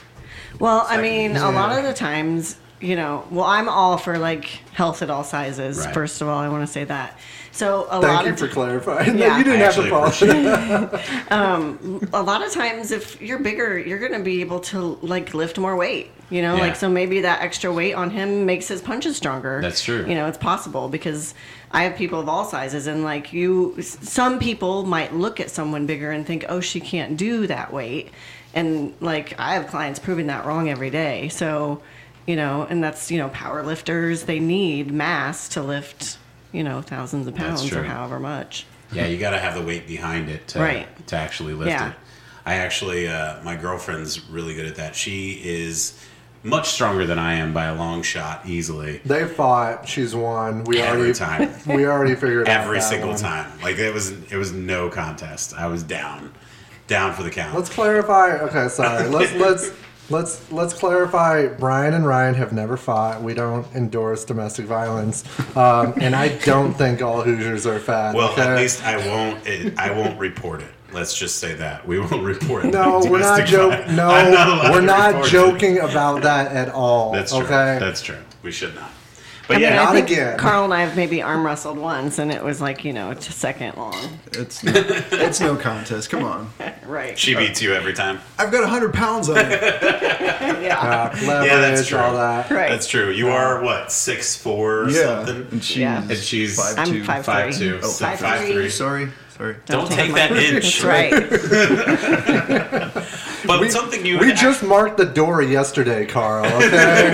Speaker 2: Well, I mean,
Speaker 1: Yeah.
Speaker 2: a lot of the times, you know, well, I'm all for like health at all sizes.
Speaker 4: Right.
Speaker 2: First of all, I want to say that. So a lot
Speaker 1: Thank you
Speaker 2: of
Speaker 1: for clarifying.
Speaker 2: Yeah.
Speaker 1: you didn't
Speaker 4: I
Speaker 1: have to
Speaker 4: actually
Speaker 1: apologize.
Speaker 2: a lot of times, if you're bigger, you're going to be able to like lift more weight. You know,
Speaker 4: Yeah.
Speaker 2: like so maybe that extra weight on him makes his punches stronger.
Speaker 4: That's true.
Speaker 2: You know, it's possible because I have people of all sizes, and like you, s- some people might look at someone bigger and think, "Oh, she can't do that weight," and like I have clients proving that wrong every day. So, you know, and that's you know, power lifters they need mass to lift, you know, thousands of
Speaker 4: That's
Speaker 2: pounds or
Speaker 4: true.
Speaker 2: however much.
Speaker 4: Yeah, you got to have the weight behind it to
Speaker 2: Right.
Speaker 4: to actually lift
Speaker 2: Yeah.
Speaker 4: it. I actually, uh, my girlfriend's really good at that. She is much stronger than I am by a long shot, easily.
Speaker 1: They fought. She's won. We
Speaker 4: Every
Speaker 1: already
Speaker 4: time.
Speaker 1: We already figured out
Speaker 4: Every
Speaker 1: that
Speaker 4: single
Speaker 1: one.
Speaker 4: time, like it was, it was no contest. I was down, down for the count.
Speaker 1: Let's clarify. Okay, sorry. Let's let's let's let's clarify. Brian and Ryan have never fought. We don't endorse domestic violence, um, and I don't think all Hoosiers are fat.
Speaker 4: well,
Speaker 1: okay?
Speaker 4: at least I won't. It, I won't report it. Let's just say that we won't report.
Speaker 1: No, we're not
Speaker 4: domestic vi-
Speaker 1: joking. No,
Speaker 4: I'm not allowed
Speaker 1: we're
Speaker 4: to
Speaker 1: not
Speaker 4: report it.
Speaker 1: joking about that at all.
Speaker 4: That's true.
Speaker 1: okay.
Speaker 4: That's true. We should not. But
Speaker 2: I mean,
Speaker 4: yeah,
Speaker 2: I
Speaker 1: Not
Speaker 2: think
Speaker 1: again.
Speaker 2: Carl and I have maybe arm wrestled once, and it was like you know, it's a second long.
Speaker 6: It's no, it's no contest. Come on.
Speaker 2: Right.
Speaker 4: she beats you every time.
Speaker 6: I've got 100 pounds on it.
Speaker 2: Yeah.
Speaker 1: Uh, leverage,
Speaker 4: Yeah, that's true.
Speaker 1: all that.
Speaker 2: right.
Speaker 4: That's true.
Speaker 1: Uh,
Speaker 4: You are what six four or
Speaker 6: Yeah.
Speaker 4: something.
Speaker 6: And she's
Speaker 2: Yeah.
Speaker 4: And she's
Speaker 6: five,
Speaker 2: I'm
Speaker 6: two.
Speaker 2: five-
Speaker 4: five
Speaker 2: three.
Speaker 4: two.
Speaker 2: Oh,
Speaker 4: so
Speaker 2: five
Speaker 4: five
Speaker 2: three.
Speaker 4: three.
Speaker 6: Sorry, sorry.
Speaker 4: Don't take that
Speaker 2: That's
Speaker 4: inch.
Speaker 2: right.
Speaker 4: But something you
Speaker 1: We
Speaker 4: had
Speaker 1: just marked the door yesterday, Carl. Okay.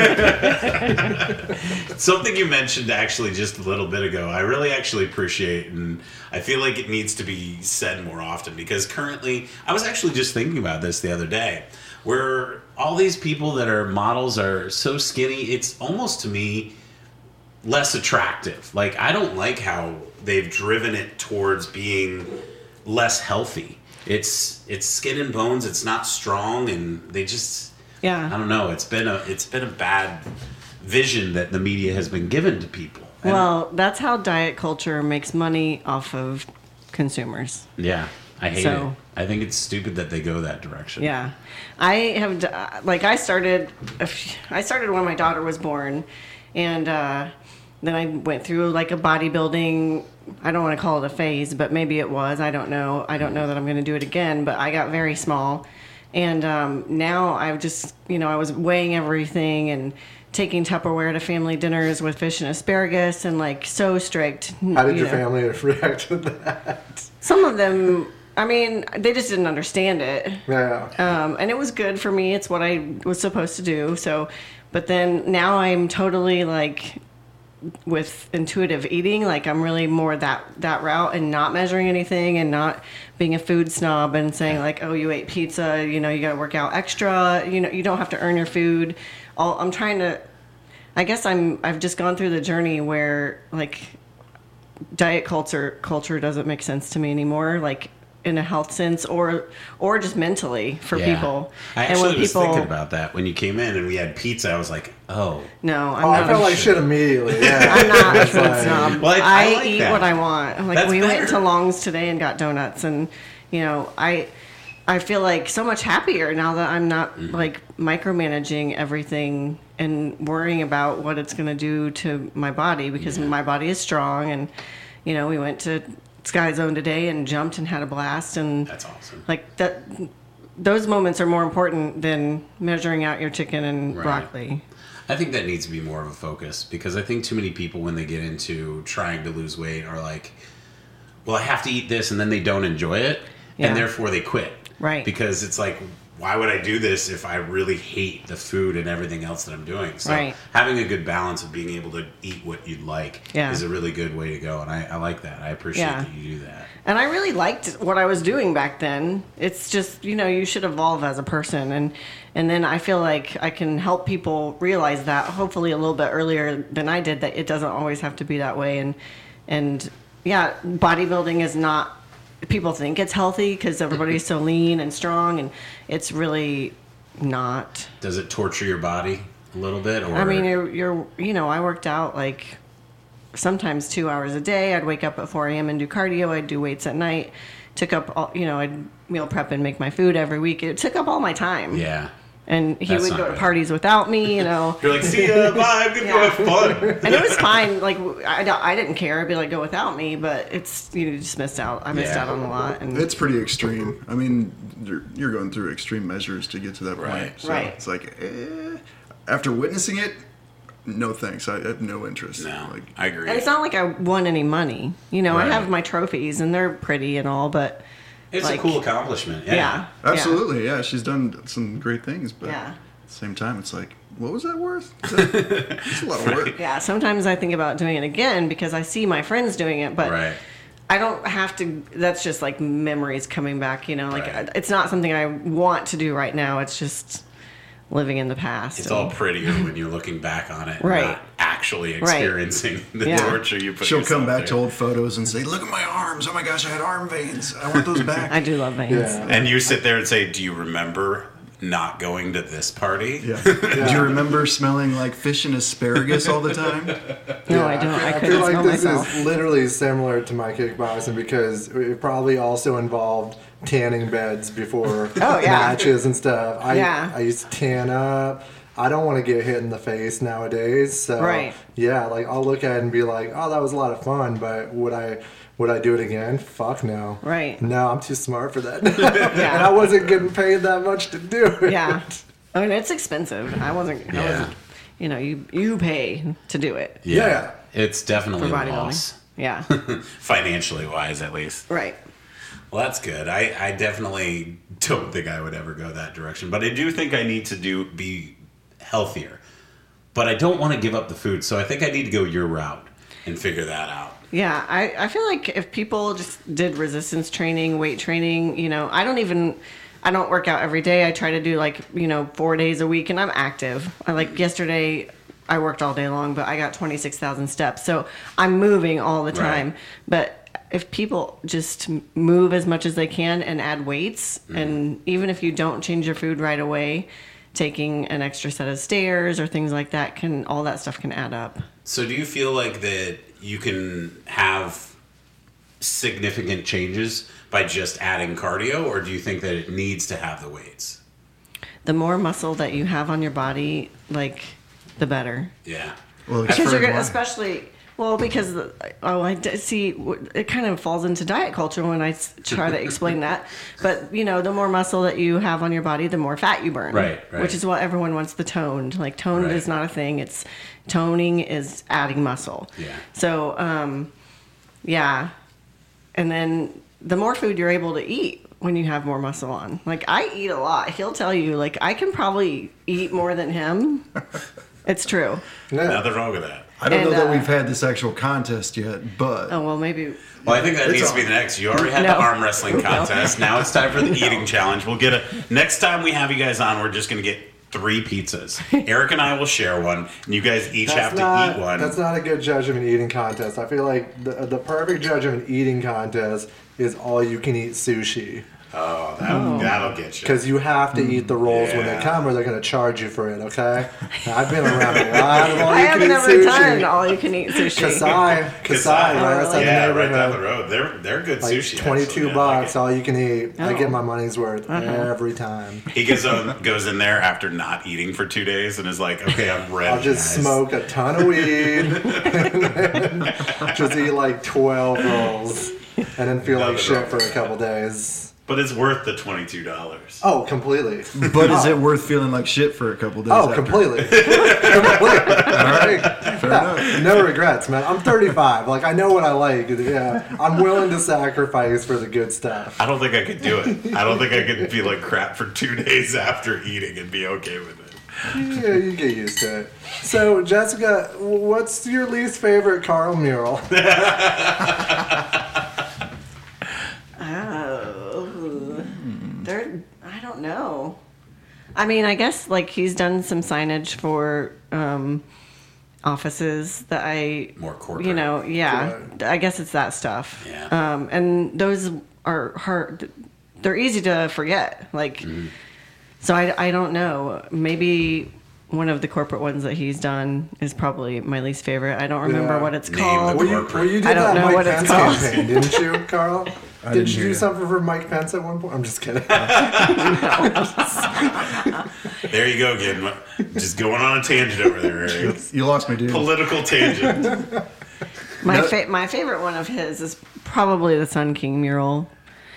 Speaker 4: Something you mentioned actually just a little bit ago, I really actually appreciate, and I feel like it needs to be said more often because currently, I was actually just thinking about this the other day, where all these people that are models are so skinny, it's almost to me less attractive. Like, I don't like how they've driven it towards being less healthy. It's it's skin and bones. It's not strong, and they just
Speaker 2: Yeah.
Speaker 4: I don't know. It's been a it's been a bad vision that the media has been given to people. And-
Speaker 2: well, that's how diet culture makes money off of consumers.
Speaker 4: yeah, I hate
Speaker 2: So-
Speaker 4: it. I think it's stupid that they go that direction.
Speaker 2: Yeah, I have d- uh, like I started. a few- I started when my daughter was born, and uh, then I went through like a bodybuilding. I don't want to call it a phase, but maybe it was. I don't know. I don't know that I'm going to do it again. But I got very small, and um, now I've just you know I was weighing everything and taking Tupperware to family dinners with fish and asparagus and like so strict.
Speaker 1: How did
Speaker 2: you
Speaker 1: your
Speaker 2: know.
Speaker 1: family react to that?
Speaker 2: Some of them. I mean, they just didn't understand it
Speaker 1: Yeah.
Speaker 2: um, and it was good for me. It's what I was supposed to do. So, but then now I'm totally like with intuitive eating. Like I'm really more that that route and not measuring anything and not being a food snob and saying like, oh, you ate pizza. You know, you got to work out extra. You know, you don't have to earn your food. All, I'm trying to. I guess I'm. I've just gone through the journey where like diet culture culture doesn't make sense to me anymore like in a health sense or or just mentally for
Speaker 4: Yeah.
Speaker 2: people
Speaker 4: I actually was thinking about that when you came in and we had pizza. I was like, oh,
Speaker 2: no i'm
Speaker 1: Oh, I
Speaker 2: not
Speaker 1: felt like shit immediately. Yeah.
Speaker 2: i'm not a food
Speaker 1: Like-
Speaker 2: snob
Speaker 4: Well, I- I
Speaker 2: i,
Speaker 4: like
Speaker 2: eat
Speaker 4: that.
Speaker 2: what i want like
Speaker 4: That's
Speaker 2: we
Speaker 4: better.
Speaker 2: went to long's today and got donuts and you know i i feel like so much happier now that i'm not
Speaker 4: Mm-hmm.
Speaker 2: like micromanaging everything and worrying about what it's going to do to my body because my body is strong and you know we went to sky zone today and jumped and had a blast and
Speaker 4: that's awesome.
Speaker 2: like that those moments are more important than measuring out your chicken and
Speaker 4: Right.
Speaker 2: broccoli
Speaker 4: I think that needs to be more of a focus because I think too many people, when they get into trying to lose weight, are like, well, I have to eat this, and then they don't enjoy it,
Speaker 2: Yeah.
Speaker 4: and therefore they quit.
Speaker 2: Right.
Speaker 4: Because it's like, why would I do this if I really hate the food and everything else that I'm doing? So
Speaker 2: Right.
Speaker 4: having a good balance of being able to eat what you'd like
Speaker 2: Yeah.
Speaker 4: is a really good way to go, and I, I like that. I appreciate
Speaker 2: Yeah.
Speaker 4: that you do that.
Speaker 2: and i really liked what i was doing back then it's just you know you should evolve as a person and and then i feel like i can help people realize that hopefully a little bit earlier than i did that it doesn't always have to be that way and and yeah, bodybuilding is not. People think it's healthy because everybody's so lean and strong, and it's really not.
Speaker 4: Does it torture your body a little bit? Or
Speaker 2: I mean, you're, you're, you know, I worked out like sometimes two hours a day. I'd wake up at 4 a.m. and do cardio. I'd do weights at night. Took up all, you know, I'd meal prep and make my food every week. It took up all my time.
Speaker 4: yeah.
Speaker 2: And he
Speaker 4: That's
Speaker 2: would
Speaker 4: not
Speaker 2: go to
Speaker 4: right.
Speaker 2: parties without me, you know.
Speaker 4: You're like, see ya, bye. I'm gonna
Speaker 2: Yeah.
Speaker 4: go have fun.
Speaker 2: and it was fine. Like I, I didn't care. I'd be like, go without me. But it's you know, just missed out. I missed
Speaker 4: Yeah.
Speaker 2: out on a lot. And
Speaker 5: It's pretty extreme. I mean, you're, you're going through extreme measures to get to that point.
Speaker 4: Right.
Speaker 5: So
Speaker 2: Right.
Speaker 5: It's like, eh. after witnessing it, no thanks. I have no interest.
Speaker 4: No,
Speaker 5: Like,
Speaker 4: I agree.
Speaker 2: and it's not like I won any money. You know,
Speaker 4: Right.
Speaker 2: I have my trophies and they're pretty and all, but
Speaker 4: It's
Speaker 2: like-
Speaker 4: a cool accomplishment. Yeah.
Speaker 2: yeah, yeah.
Speaker 5: absolutely. Yeah. she's done some great things, but
Speaker 2: Yeah.
Speaker 5: at the same time, it's like, what was that worth? It's a lot of work.
Speaker 2: Yeah, sometimes I think about doing it again because I see my friends doing it, but
Speaker 4: Right.
Speaker 2: I don't have to. That's just like memories coming back, you know. Like
Speaker 4: Right.
Speaker 2: it's not something I want to do right now. It's just living in the past.
Speaker 4: It's all prettier when you're looking back on it,
Speaker 2: Right.
Speaker 4: Not actually experiencing the
Speaker 2: Yeah.
Speaker 4: torture you put.
Speaker 5: She'll come
Speaker 4: yourself
Speaker 5: back
Speaker 4: through.
Speaker 5: to old photos and say, look at my arms. Oh my gosh, I had arm veins. I want those back.
Speaker 2: I do love veins.
Speaker 1: Yeah.
Speaker 4: And you sit there and say, "Do you remember not going to this party?"
Speaker 5: Yeah. Do you remember smelling like fish and asparagus all the time?
Speaker 2: No,
Speaker 1: Yeah,
Speaker 2: I don't. I,
Speaker 1: feel-
Speaker 2: couldn't
Speaker 1: feel
Speaker 2: smell
Speaker 1: like this
Speaker 2: myself.
Speaker 1: is literally similar to my kickboxing because it probably also involved tanning beds before
Speaker 2: Oh, yeah.
Speaker 1: matches and stuff. I,
Speaker 2: Yeah.
Speaker 1: I used to tan up. I don't want to get hit in the face nowadays. So
Speaker 2: Right.
Speaker 1: yeah, like I'll look at it and be like, oh, that was a lot of fun, but would I would I do it again? Fuck no.
Speaker 2: Right.
Speaker 1: No, I'm too smart for that. and I wasn't getting paid that much to do it.
Speaker 2: yeah. I mean, it's expensive. I wasn't. I
Speaker 4: Yeah.
Speaker 2: wasn't. You know, you you pay to do it
Speaker 4: Yeah.
Speaker 1: Yeah.
Speaker 4: It's
Speaker 2: for
Speaker 4: definitely a
Speaker 2: bodybuilding.
Speaker 4: loss,
Speaker 2: Yeah.
Speaker 4: financially wise, at least.
Speaker 2: right.
Speaker 4: Well, that's good. I, I definitely don't think I would ever go that direction, but I do think I need to do be healthier. But I don't want to give up the food, so I think I need to go your route and figure that out.
Speaker 2: Yeah, I, I feel like if people just did resistance training, weight training, you know, I don't even, I don't work out every day. I try to do like, you know, four days a week and I'm active. I like yesterday, I worked all day long, but I got 26,000 steps. So I'm moving all the
Speaker 4: Right.
Speaker 2: time. But if people just m- move as much as they can and add weights, and even if you don't change your food right away, taking an extra set of stairs or things like that can, all that stuff can add up.
Speaker 4: So, do you feel like that you can have significant changes by just adding cardio, or do you think that it needs to have the weights?
Speaker 2: the more muscle that you have on your body, like the better.
Speaker 4: Yeah.
Speaker 5: Well,
Speaker 2: Because you're
Speaker 5: explain
Speaker 2: gonna,
Speaker 5: why.
Speaker 2: especially well, because the- oh, I d- see w- it kind of falls into diet culture when I s- try to explain that. But you know, the more muscle that you have on your body, the more fat you burn.
Speaker 4: Right, right.
Speaker 2: Which is what everyone wants the toned. Like toned
Speaker 4: Right.
Speaker 2: is not a thing. It's toning is adding muscle.
Speaker 4: Yeah.
Speaker 2: So um, yeah, and then the more food you're able to eat when you have more muscle on. Like I eat a lot. He'll tell you like I can probably eat more than him. It's true.
Speaker 1: Yeah.
Speaker 4: Nothing wrong with that.
Speaker 5: I don't
Speaker 2: And,
Speaker 5: know that
Speaker 2: uh,
Speaker 5: we've had this actual contest yet, but
Speaker 2: Oh well, maybe
Speaker 4: Well, I think that
Speaker 5: It's
Speaker 4: needs
Speaker 5: on.
Speaker 4: to be the next. You already had
Speaker 2: No.
Speaker 4: the arm wrestling contest. Now it's time for the eating challenge. We'll get a next time we have you guys on. We're just gonna get three pizzas. Eric and I will share one, and you guys each have
Speaker 1: not,
Speaker 4: to eat one.
Speaker 1: That's not a good judge of an eating contest. I feel like the, the perfect judge of an eating contest is all you can eat sushi
Speaker 4: oh, that'll, that'll get you.
Speaker 1: because you have to eat the rolls when they
Speaker 4: Hmm, Yeah.
Speaker 1: come, or they're going to charge you for it. Okay, I've been around a lot of all
Speaker 2: I
Speaker 1: you can
Speaker 2: haven't
Speaker 1: eat
Speaker 2: ever
Speaker 1: sushi.
Speaker 2: done all you can eat sushi.
Speaker 1: Kasai, Kasai, right outside
Speaker 4: yeah,
Speaker 1: the
Speaker 4: right down the
Speaker 1: neighborhood.
Speaker 4: road. They're they're good
Speaker 1: Like
Speaker 4: sushi. actually.
Speaker 1: Twenty-two
Speaker 4: I like
Speaker 1: bucks,
Speaker 4: it.
Speaker 1: all you can eat. I
Speaker 2: Oh.
Speaker 1: get my money's worth every time.
Speaker 4: He goes on, goes in there after not eating for two days and is like, okay, I'm ready.
Speaker 1: I'll just
Speaker 4: guys."
Speaker 1: smoke a ton of weed, and then just eat like twelve rolls, and then feel
Speaker 4: Nothing
Speaker 1: like shit
Speaker 4: wrong
Speaker 1: for
Speaker 4: with
Speaker 1: a couple days.
Speaker 4: But it's worth the twenty two dollars.
Speaker 1: Oh, completely.
Speaker 5: but
Speaker 2: Oh.
Speaker 5: is it worth feeling like shit for a couple days?
Speaker 1: Oh,
Speaker 5: after?
Speaker 1: completely. completely. All right.
Speaker 5: Fair enough.
Speaker 1: No regrets, man. I'm 35. Like I know what I like. Yeah, I'm willing to sacrifice for the good stuff.
Speaker 4: I don't think I could do it. I don't think I could be like crap for two days after eating and be okay with it.
Speaker 1: Yeah, you get used to it. So, Jessica, what's your least favorite Carl mural?
Speaker 2: Oh, they're I don't know. I mean, I guess like he's done some signage for um, offices that I
Speaker 4: More corporate.
Speaker 2: You know, yeah. I guess it's that stuff.
Speaker 4: Yeah.
Speaker 2: Um, and those are hard. They're easy to forget. Like,
Speaker 1: Mm-hmm.
Speaker 2: so I I don't know. Maybe one of the corporate ones that he's done is probably my least favorite. I don't remember
Speaker 1: Yeah.
Speaker 2: what it's
Speaker 4: Name the
Speaker 2: called.
Speaker 1: Well, you,
Speaker 4: Corporate.
Speaker 1: well, you did
Speaker 2: I don't
Speaker 1: that
Speaker 2: know
Speaker 1: Mike
Speaker 2: what it's
Speaker 1: Pence
Speaker 2: called.
Speaker 1: campaign, didn't you, Carl?
Speaker 6: didn't
Speaker 1: did you
Speaker 6: hear
Speaker 1: do
Speaker 6: that.
Speaker 1: something for Mike Pence at one point? I'm just kidding.
Speaker 4: There you go, again. Just going on a tangent over there. Eric.
Speaker 5: You lost me, dude.
Speaker 4: Political tangent.
Speaker 2: My fa- my favorite one of his is probably the Sun King mural.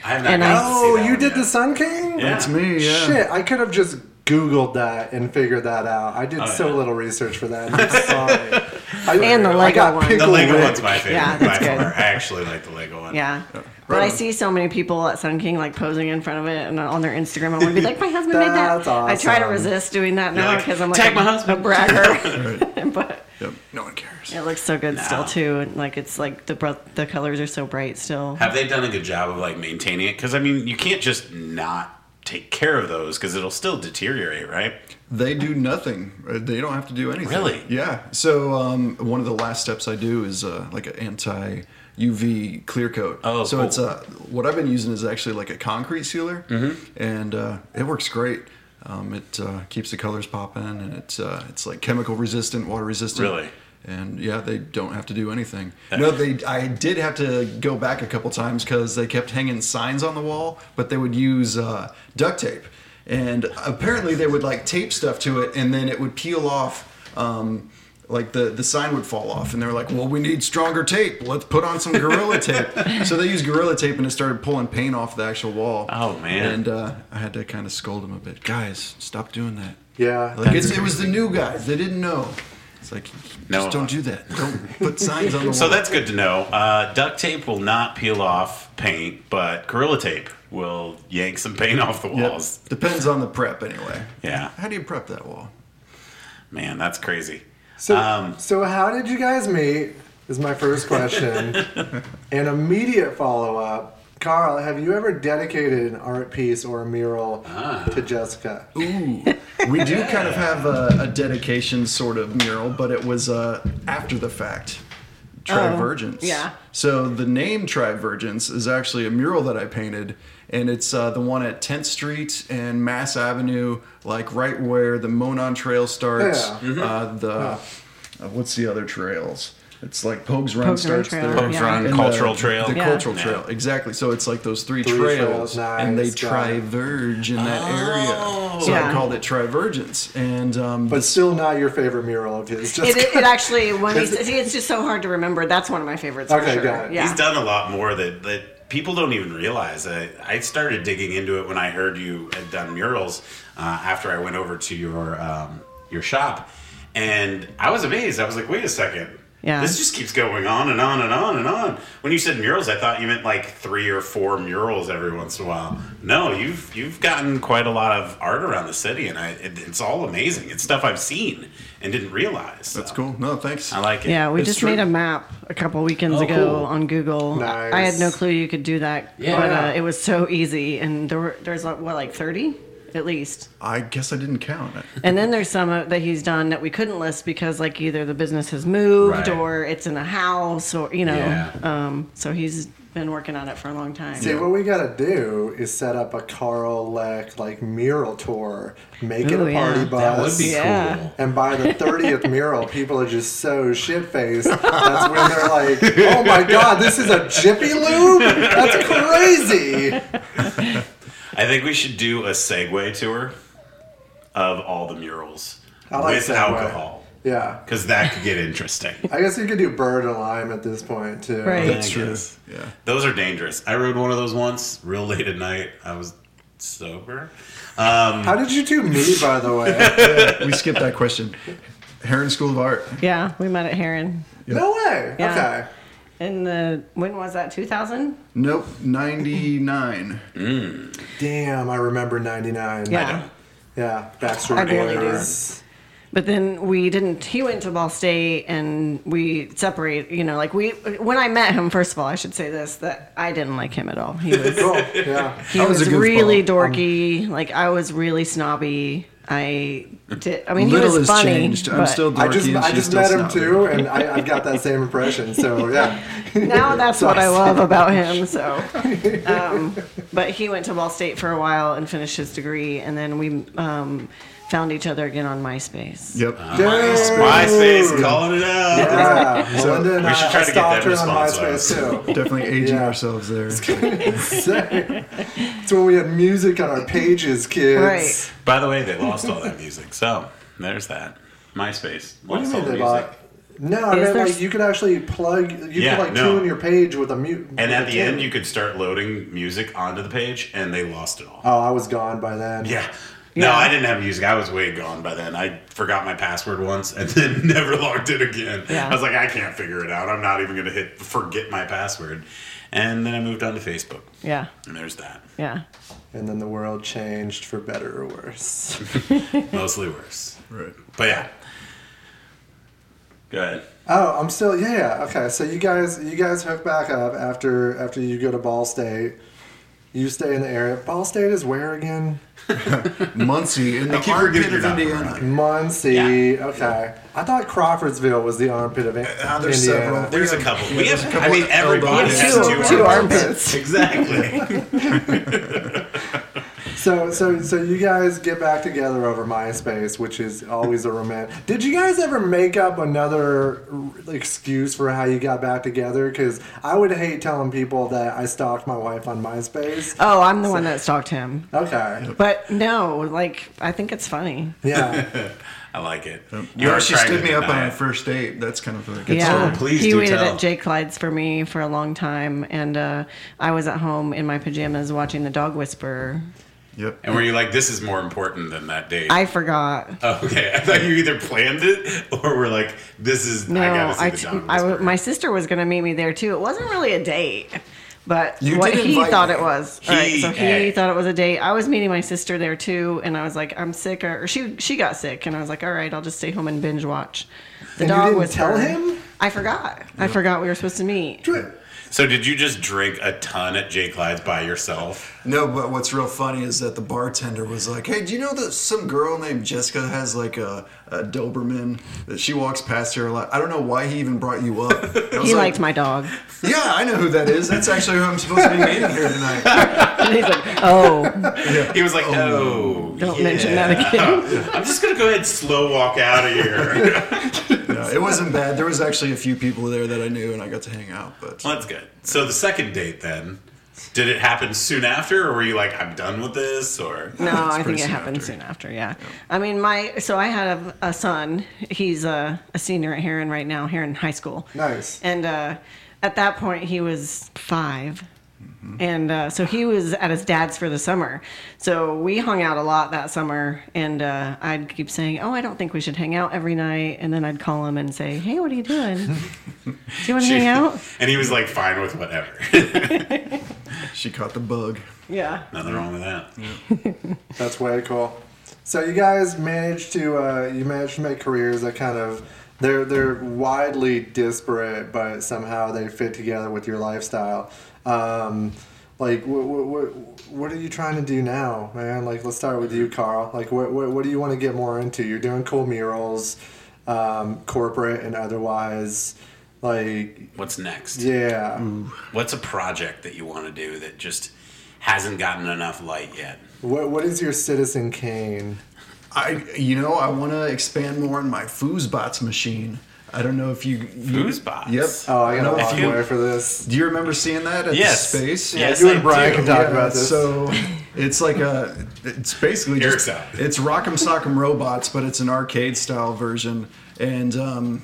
Speaker 4: I have
Speaker 2: And
Speaker 4: not.
Speaker 2: I-
Speaker 4: gotten to see
Speaker 1: oh,
Speaker 4: that
Speaker 1: you
Speaker 4: one
Speaker 1: did
Speaker 4: yet.
Speaker 1: the Sun King?
Speaker 4: Yeah.
Speaker 5: That's me. Yeah.
Speaker 1: Shit, I could have just Googled that and figured that out. I did
Speaker 4: Oh,
Speaker 1: so
Speaker 4: yeah.
Speaker 1: little research for that. I'm sorry. I,
Speaker 2: And the
Speaker 1: I
Speaker 2: Lego
Speaker 1: got
Speaker 2: one. The
Speaker 1: Pickle
Speaker 4: The Lego
Speaker 1: Rick.
Speaker 4: one's my favorite
Speaker 2: Yeah,
Speaker 4: by
Speaker 2: that's good.
Speaker 4: far. I actually like the Lego one.
Speaker 2: Yeah. But I
Speaker 5: on.
Speaker 2: see so many people at Sun King like posing in front of it and on their Instagram. I want to be like, my husband made that.
Speaker 1: That's
Speaker 2: I try to
Speaker 1: awesome.
Speaker 2: resist doing that now
Speaker 4: like,
Speaker 2: because I'm like
Speaker 4: "Tag
Speaker 2: a,
Speaker 4: my husband."
Speaker 2: a bragger. but
Speaker 5: Yep. No one cares.
Speaker 2: it looks so good
Speaker 4: No.
Speaker 2: still too, and like it's like the br- the colors are so bright still.
Speaker 4: Have they done a good job of like maintaining it? Because I mean, you can't just not take care of those because it'll still deteriorate, right?
Speaker 5: They do nothing. Uh, They don't have to do anything.
Speaker 4: Really?
Speaker 5: Yeah. So um, one of the last steps I do is uh, like an anti UV clear coat.
Speaker 4: Oh,
Speaker 5: so
Speaker 4: cool.
Speaker 5: it's uh, what I've been using is actually like a concrete sealer,
Speaker 4: Mm-hmm.
Speaker 5: and uh, it works great. Um, it uh, keeps the colors popping, and it's uh, it's like chemical resistant, water resistant.
Speaker 4: Really?
Speaker 5: And yeah, they don't have to do anything.
Speaker 4: That-
Speaker 5: No, they. I did have to go back a couple times because they kept hanging signs on the wall, but they would use uh, duct tape, and apparently they would like tape stuff to it, and then it would peel off. Um, like the, the sign would fall off, and they were like, "Well, we need stronger tape. Let's put on some gorilla tape." So they used gorilla tape, and it started pulling paint off the actual wall.
Speaker 4: Oh, man.
Speaker 5: And uh, I had to kind of scold them a bit. Guys, stop doing that.
Speaker 1: Yeah.
Speaker 5: Like it's, it was the new guys. They didn't know. It's like, just
Speaker 4: No.
Speaker 5: don't do that. Don't put signs on the wall.
Speaker 4: So that's good to know. Uh, duct tape will not peel off paint, but Gorilla Tape will yank some paint off the
Speaker 5: Yep.
Speaker 4: walls.
Speaker 5: Depends on the prep, anyway.
Speaker 4: Yeah.
Speaker 5: How do you prep that wall?
Speaker 4: Man, that's crazy.
Speaker 1: So,
Speaker 4: Um,
Speaker 1: so how did you guys meet? Is my first question. An immediate follow up. Carl, have you ever dedicated an art piece or a mural
Speaker 4: Ah.
Speaker 1: to Jessica?
Speaker 5: Ooh. We do kind of have a, a dedication sort of mural, but it was uh, after the fact. Trivergence.
Speaker 2: yeah.
Speaker 5: So the name Trivergence is actually a mural that I painted, and it's uh, the one at 10th Street and Mass Avenue, like right where the Monon Trail starts.
Speaker 1: Yeah.
Speaker 5: Uh, the uh, what's the other trails? It's like Pogues
Speaker 2: Pogues
Speaker 5: Run
Speaker 2: Run
Speaker 5: starts
Speaker 2: Trail,
Speaker 5: there.
Speaker 2: Pogues yeah. Run,
Speaker 5: and the-
Speaker 4: Cultural Trail.
Speaker 5: The
Speaker 4: Yeah.
Speaker 5: Cultural
Speaker 4: Yeah.
Speaker 5: Trail, exactly. So it's like those three,
Speaker 1: Three
Speaker 5: trails,
Speaker 1: trails,
Speaker 5: and they
Speaker 1: nice, got it.
Speaker 5: triverge in that area. So
Speaker 2: Oh. Yeah.
Speaker 5: I called it Trivergence, and um,
Speaker 1: But
Speaker 5: this-
Speaker 1: still not your favorite mural of his,
Speaker 2: It,
Speaker 1: Jessica.
Speaker 2: it, it actually when
Speaker 1: Is
Speaker 2: he's, see, it's just so hard to remember. That's one of my favorites. for
Speaker 1: Okay,
Speaker 2: sure.
Speaker 1: got it.
Speaker 2: Yeah.
Speaker 4: He's done a lot more that, that people don't even realize. I, I started digging into it when I heard you had done murals uh, after I went over to your um, your shop, and I was amazed. I was like, wait a second.
Speaker 2: Yeah.
Speaker 4: This just keeps going on and on and on and on. When you said murals, I thought you meant like three or four murals every once in a while. No, you've you've gotten quite a lot of art around the city, and I, it, it's all amazing. It's stuff I've seen and didn't realize.
Speaker 5: that's
Speaker 4: So,
Speaker 5: cool. No, thanks.
Speaker 4: I like it.
Speaker 2: Yeah, we
Speaker 5: It's
Speaker 2: just
Speaker 5: true.
Speaker 2: made a map a couple weekends
Speaker 4: Oh,
Speaker 2: ago
Speaker 4: cool.
Speaker 2: on Google.
Speaker 1: Nice.
Speaker 2: I had no clue you could do that,
Speaker 4: Yeah.
Speaker 2: but uh, it was so easy, and there were there's like, what like thirty at least.
Speaker 5: I guess I didn't count.
Speaker 2: And then there's some uh, that he's done that we couldn't list because like either the business has moved
Speaker 4: Right.
Speaker 2: or it's in a house or you know.
Speaker 4: Yeah.
Speaker 2: Um, so he's been working on it for a long time.
Speaker 1: See, what we gotta do is set up a Carl Leck like mural tour, make it
Speaker 2: Ooh,
Speaker 1: a
Speaker 2: yeah.
Speaker 1: party
Speaker 2: That
Speaker 1: bus.
Speaker 4: That would be
Speaker 2: Yeah.
Speaker 4: cool.
Speaker 1: And by the 30th mural, people are just so shit faced. That's when they're like, oh my god, this is a Jiffy Lube? That's crazy.
Speaker 4: I think we should do a Segway tour of all the murals
Speaker 1: I like
Speaker 4: with
Speaker 1: Segway.
Speaker 4: alcohol
Speaker 1: Yeah.
Speaker 4: because that could get interesting.
Speaker 1: I guess you could do Bird and Lime at this point, too.
Speaker 2: Right.
Speaker 4: I
Speaker 5: true.
Speaker 4: guess.
Speaker 5: Yeah.
Speaker 4: Those are dangerous. I rode one of those once, real late at night. I was sober. Um,
Speaker 1: How did you two meet, by the way?
Speaker 5: we skipped that question. Heron School of Art.
Speaker 2: Yeah, we met at Heron
Speaker 1: No way.
Speaker 2: Yeah.
Speaker 1: Okay.
Speaker 2: in the when was that 2000?
Speaker 5: Nope, ninety nine.
Speaker 1: Damn, I remember 99.
Speaker 2: Yeah.
Speaker 1: Yeah.
Speaker 2: I
Speaker 1: Backstreet
Speaker 2: barely do.
Speaker 1: Boys.
Speaker 2: But then we didn't. He went to Ball State, and we separate. You know, like we when I met him. First of all, I should say this that I didn't like him at all. He was
Speaker 1: Cool. Yeah.
Speaker 2: he
Speaker 5: I was
Speaker 2: was,
Speaker 5: a goofball. Um,
Speaker 2: really dorky. like I was really snobby. I did. I mean,
Speaker 5: Little
Speaker 2: he was
Speaker 5: has
Speaker 2: funny.
Speaker 5: changed. I'm
Speaker 2: but
Speaker 5: still dorky.
Speaker 1: I just
Speaker 5: and
Speaker 1: I
Speaker 5: she's
Speaker 1: just
Speaker 5: still
Speaker 1: met him
Speaker 5: snobby.
Speaker 1: too, and I, I've got that same impression. So yeah,
Speaker 2: now that's what I love about him. So, um, but he went to Ball State for a while and finished his degree, and then we um, found each other again on MySpace.
Speaker 5: Yep.
Speaker 4: MySpace calling it out.
Speaker 1: yeah. Melinda and
Speaker 4: We should
Speaker 1: I,
Speaker 4: try
Speaker 1: I
Speaker 4: to get
Speaker 1: stalked
Speaker 4: them
Speaker 1: her
Speaker 4: to
Speaker 1: on
Speaker 4: sponsor us.
Speaker 1: MySpace too.
Speaker 5: Definitely aging
Speaker 1: Yeah.
Speaker 5: ourselves there.
Speaker 1: Same. It's when we had music on our pages, kids.
Speaker 2: Right.
Speaker 4: By the way, they lost all that music. So there's that. MySpace.
Speaker 1: What do you
Speaker 4: lost
Speaker 1: mean
Speaker 4: all
Speaker 1: they
Speaker 4: the music.
Speaker 1: bought? No, I
Speaker 2: Is
Speaker 1: mean
Speaker 2: there
Speaker 1: like
Speaker 2: s-
Speaker 1: you could actually plug. You
Speaker 4: Yeah,
Speaker 1: could like
Speaker 4: no.
Speaker 1: tune your page with a mute.
Speaker 4: And at the end, you could start loading music onto the page, and they lost it all.
Speaker 1: Oh, I was gone by then.
Speaker 4: Yeah. No, I didn't have music. I was way gone by then. I forgot my password once and then never logged in again.
Speaker 2: Yeah.
Speaker 4: I was like, I can't figure it out. I'm not even going to hit forget my password. And then I moved on to Facebook.
Speaker 2: Yeah.
Speaker 4: And there's that.
Speaker 2: Yeah.
Speaker 1: And then the world changed for better or worse.
Speaker 4: Mostly worse.
Speaker 5: Right.
Speaker 4: But yeah. Go ahead.
Speaker 1: Oh, I'm still yeah, yeah. Okay, so you guys you guys hook back up after after you go to Ball State. You stay in the area. Ball State is where again?
Speaker 5: Muncie in the
Speaker 4: I keep
Speaker 5: armpit
Speaker 4: forgetting
Speaker 5: of
Speaker 4: you're not
Speaker 5: Indiana.
Speaker 4: from
Speaker 1: Muncie.
Speaker 4: Yeah.
Speaker 1: Okay. I thought Crawfordsville was the armpit of Indiana.
Speaker 5: Ah, there's several.
Speaker 4: Uh, There's a couple. we have, I mean, everybody
Speaker 2: elbows.
Speaker 4: has
Speaker 2: Two-
Speaker 4: two,
Speaker 2: two
Speaker 4: armpits. Exactly.
Speaker 1: So so so you guys get back together over MySpace, which is always a romance. Did you guys ever make up another r- excuse for how you got back together? Because I would hate telling people that I stalked my wife on MySpace.
Speaker 2: Oh, I'm the one that stalked him.
Speaker 1: Okay.
Speaker 2: But no, like I think it's funny.
Speaker 1: Yeah.
Speaker 4: I like it.
Speaker 5: You
Speaker 4: are
Speaker 5: Uh, she
Speaker 4: trying
Speaker 5: stood
Speaker 4: to
Speaker 5: me up on
Speaker 4: deny
Speaker 5: our
Speaker 4: it.
Speaker 5: first date. That's kind of a good
Speaker 2: yeah,
Speaker 5: story.
Speaker 4: please
Speaker 2: he
Speaker 4: do
Speaker 2: waited
Speaker 4: tell.
Speaker 2: at Jay Clyde's for me for a long time, and uh, I was at home in my pajamas watching The Dog Whisperer.
Speaker 5: Yep.
Speaker 4: And were you like, this is more important than that date?
Speaker 2: I forgot.
Speaker 4: Okay, I thought you either planned it or were like, "This is
Speaker 2: No,
Speaker 4: I gotta see
Speaker 2: I,
Speaker 4: the
Speaker 2: t-
Speaker 4: John
Speaker 2: I w-
Speaker 4: Whisperer.
Speaker 2: my sister was going to meet me there too. It wasn't really a date, but
Speaker 5: You
Speaker 2: what
Speaker 5: did
Speaker 2: he
Speaker 5: invite
Speaker 2: thought
Speaker 5: me.
Speaker 2: it was. All right, so he
Speaker 4: He-
Speaker 2: thought it was a date. I was meeting my sister there too, and I was like, I'm sick, or, or she she got sick, and I was like, all right, I'll just stay home and binge watch. The
Speaker 1: And you
Speaker 2: dog
Speaker 1: didn't
Speaker 2: was
Speaker 1: tell
Speaker 2: her.
Speaker 1: him?
Speaker 2: I forgot. I forgot we were supposed to meet.
Speaker 4: So did you just drink a ton at Jake Clyde's by yourself?
Speaker 5: No, but what's real funny is that the bartender was like, "Hey, do you know that some girl named Jessica has like a, a Doberman that she walks past here a lot? I don't know why he even brought you up." I was
Speaker 2: He
Speaker 5: like,
Speaker 2: liked my dog.
Speaker 5: Yeah, I know who that is. That's actually who I'm supposed to be meeting here tonight.
Speaker 2: And he's like, oh,
Speaker 4: He was like, "Oh,
Speaker 2: don't
Speaker 4: yeah.
Speaker 2: mention that again.
Speaker 4: I'm just gonna go ahead and slow walk out of here.
Speaker 5: No, it wasn't bad. There was actually a few people there that I knew, and I got to hang out. But
Speaker 4: well, that's good. So the second date then, did it happen soon after, or were you like, "I'm done with this"? Or
Speaker 2: No, I think
Speaker 5: pretty
Speaker 2: it
Speaker 5: soon
Speaker 2: happened
Speaker 5: after.
Speaker 2: soon after. Yeah. I mean, my so I had a, a son. He's a, a senior at Heron right now, Heron High School.
Speaker 1: Nice.
Speaker 2: And uh, at that point, he was 5 And uh, so he was at his dad's for the summer. So we hung out a lot that summer. And uh, I'd keep saying, Oh, I don't think we should hang out every night. And then I'd call him and say, Hey, what are you doing? Do you want to hang out?
Speaker 4: and he was like, "Fine with whatever."
Speaker 5: she caught the bug.
Speaker 2: Yeah.
Speaker 4: Nothing wrong with that.
Speaker 1: That's way cool. So you guys managed to uh, you managed to make careers that kind of they're they're widely disparate, but somehow they fit together with your lifestyle. Um, like what what what are you trying to do now, man? Like let's start with you, Carl. Like what what, what do you want to get more into? You're doing cool murals, um, corporate and otherwise. Like
Speaker 4: What's next?
Speaker 1: yeah,
Speaker 5: Mm.
Speaker 4: What's a project that you want to do that just hasn't gotten enough light yet?
Speaker 1: what what is your Citizen Kane?
Speaker 5: I, you know, I want to expand more on my foosbots machine. I don't know if you, you
Speaker 4: Foosbots?
Speaker 5: Yep.
Speaker 1: Oh, I got a
Speaker 5: No,
Speaker 1: lot
Speaker 5: if you-
Speaker 1: more for this.
Speaker 5: Do you remember seeing that at
Speaker 4: Yes.
Speaker 5: the space?
Speaker 4: Yeah, Yes,
Speaker 1: you
Speaker 4: I
Speaker 1: and Brian
Speaker 4: do.
Speaker 1: can talk
Speaker 5: Yeah,
Speaker 1: about this.
Speaker 5: So it's like a, it's basically
Speaker 4: Eric's
Speaker 5: just
Speaker 4: out.
Speaker 5: it's Rock'em Sock'em Robots, but it's an arcade style version, and um,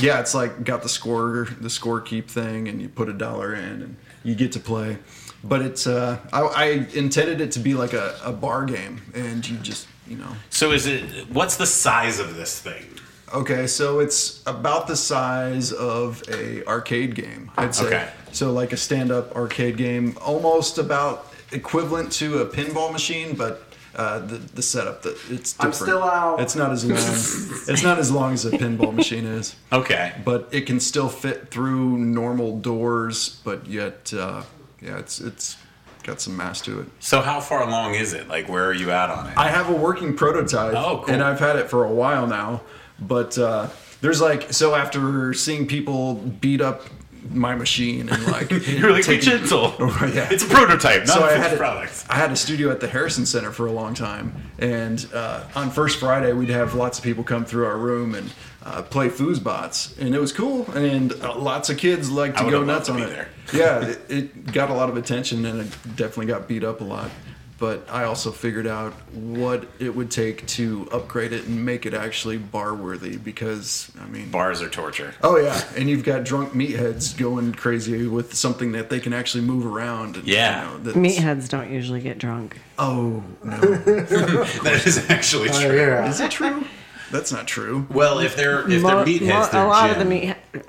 Speaker 5: yeah, it's like got the score the score keep thing, and you put a dollar in, and you get to play. But it's uh, I, I intended it to be like a, a bar game, and you just you know
Speaker 4: So is it? What's the size of this thing?
Speaker 5: Okay, so it's about the size of a arcade game, I'd say.
Speaker 4: Okay.
Speaker 5: So like a stand-up arcade game, almost about equivalent to a pinball machine, but uh, the the setup that it's different.
Speaker 1: I'm still out.
Speaker 5: It's not as long. it's not as long as a pinball machine is,
Speaker 4: Okay.
Speaker 5: but it can still fit through normal doors. But yet, uh, yeah, it's it's got some mass to it.
Speaker 4: So how far along is it? Like, where are you at on it?
Speaker 5: I have a working prototype,
Speaker 4: Oh, cool.
Speaker 5: and I've had it for a while now. But uh, there's like so after seeing people beat up my machine and like
Speaker 4: You're like, be
Speaker 5: taking-
Speaker 4: gentle.
Speaker 5: yeah.
Speaker 4: It's a prototype, not
Speaker 5: so
Speaker 4: a
Speaker 5: I
Speaker 4: finished
Speaker 5: had, a,
Speaker 4: product.
Speaker 5: I had a studio at the Harrison Center for a long time, and uh, on first Friday we'd have lots of people come through our room and uh, play foosbots, and it was cool, and uh, lots of kids like
Speaker 4: I
Speaker 5: to
Speaker 4: would
Speaker 5: go
Speaker 4: have loved
Speaker 5: nuts
Speaker 4: to
Speaker 5: on
Speaker 4: be
Speaker 5: it.
Speaker 4: there.
Speaker 5: yeah, it, it got a lot of attention, and it definitely got beat up a lot. But I also figured out what it would take to upgrade it and make it actually bar worthy, because I mean,
Speaker 4: Bars are torture.
Speaker 5: Oh yeah, and you've got drunk meatheads going crazy with something that they can actually move around. And,
Speaker 4: Yeah.
Speaker 5: that's-
Speaker 2: Meatheads don't usually get drunk.
Speaker 5: Oh no,
Speaker 4: That is actually
Speaker 1: Oh,
Speaker 4: true.
Speaker 1: yeah.
Speaker 5: is it true? That's not true.
Speaker 4: Well, if they're if
Speaker 2: Mo-
Speaker 4: they're meatheads,
Speaker 2: mo-
Speaker 4: they're
Speaker 2: a lot of the
Speaker 4: gin.
Speaker 2: meat.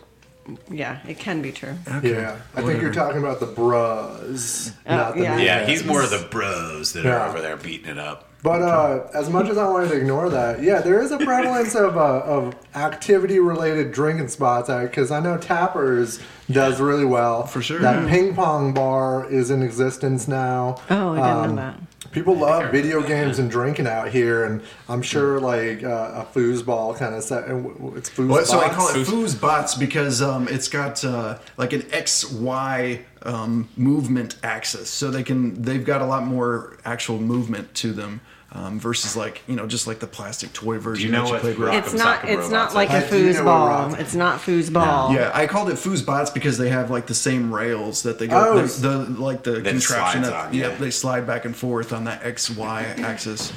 Speaker 2: Yeah, it can be true.
Speaker 1: Yeah, I think you're talking about the bras, not the
Speaker 2: Oh, yeah.
Speaker 4: Yeah,
Speaker 1: meatheads.
Speaker 4: he's more of the bros that are
Speaker 1: Yeah.
Speaker 4: over there beating it up.
Speaker 1: But uh, as much as I wanted to ignore that, yeah, there is a prevalence of uh, of activity related drinking spots because I know Tappers does really well for
Speaker 5: sure.
Speaker 1: That ping pong bar is in existence now. Um,
Speaker 2: Oh, I didn't know that.
Speaker 1: People love video games and drinking out here, and I'm sure like uh, a foosball kind of set. and w- w- It's foosball.
Speaker 5: Well, so I call it foosbots because um, it's got uh, like an X Y um, movement axis, so they can they've got a lot more actual movement to them um, versus like you know just like the plastic toy version.
Speaker 4: know
Speaker 5: that
Speaker 4: what
Speaker 5: play with.
Speaker 4: rock-
Speaker 2: It's not.
Speaker 4: Sock
Speaker 2: It's not
Speaker 4: robots.
Speaker 2: like
Speaker 1: I
Speaker 2: a
Speaker 1: do know a
Speaker 2: foosball.
Speaker 1: robot.
Speaker 2: It's not foosball.
Speaker 5: Yeah, I called it foosbots because they have like the same rails that they go
Speaker 1: Oh, s-
Speaker 5: the, the like the
Speaker 4: That
Speaker 5: contraption
Speaker 4: slides
Speaker 5: that
Speaker 4: on,
Speaker 5: yeah,
Speaker 4: yeah.
Speaker 5: they slide back and forth on that X Y axis.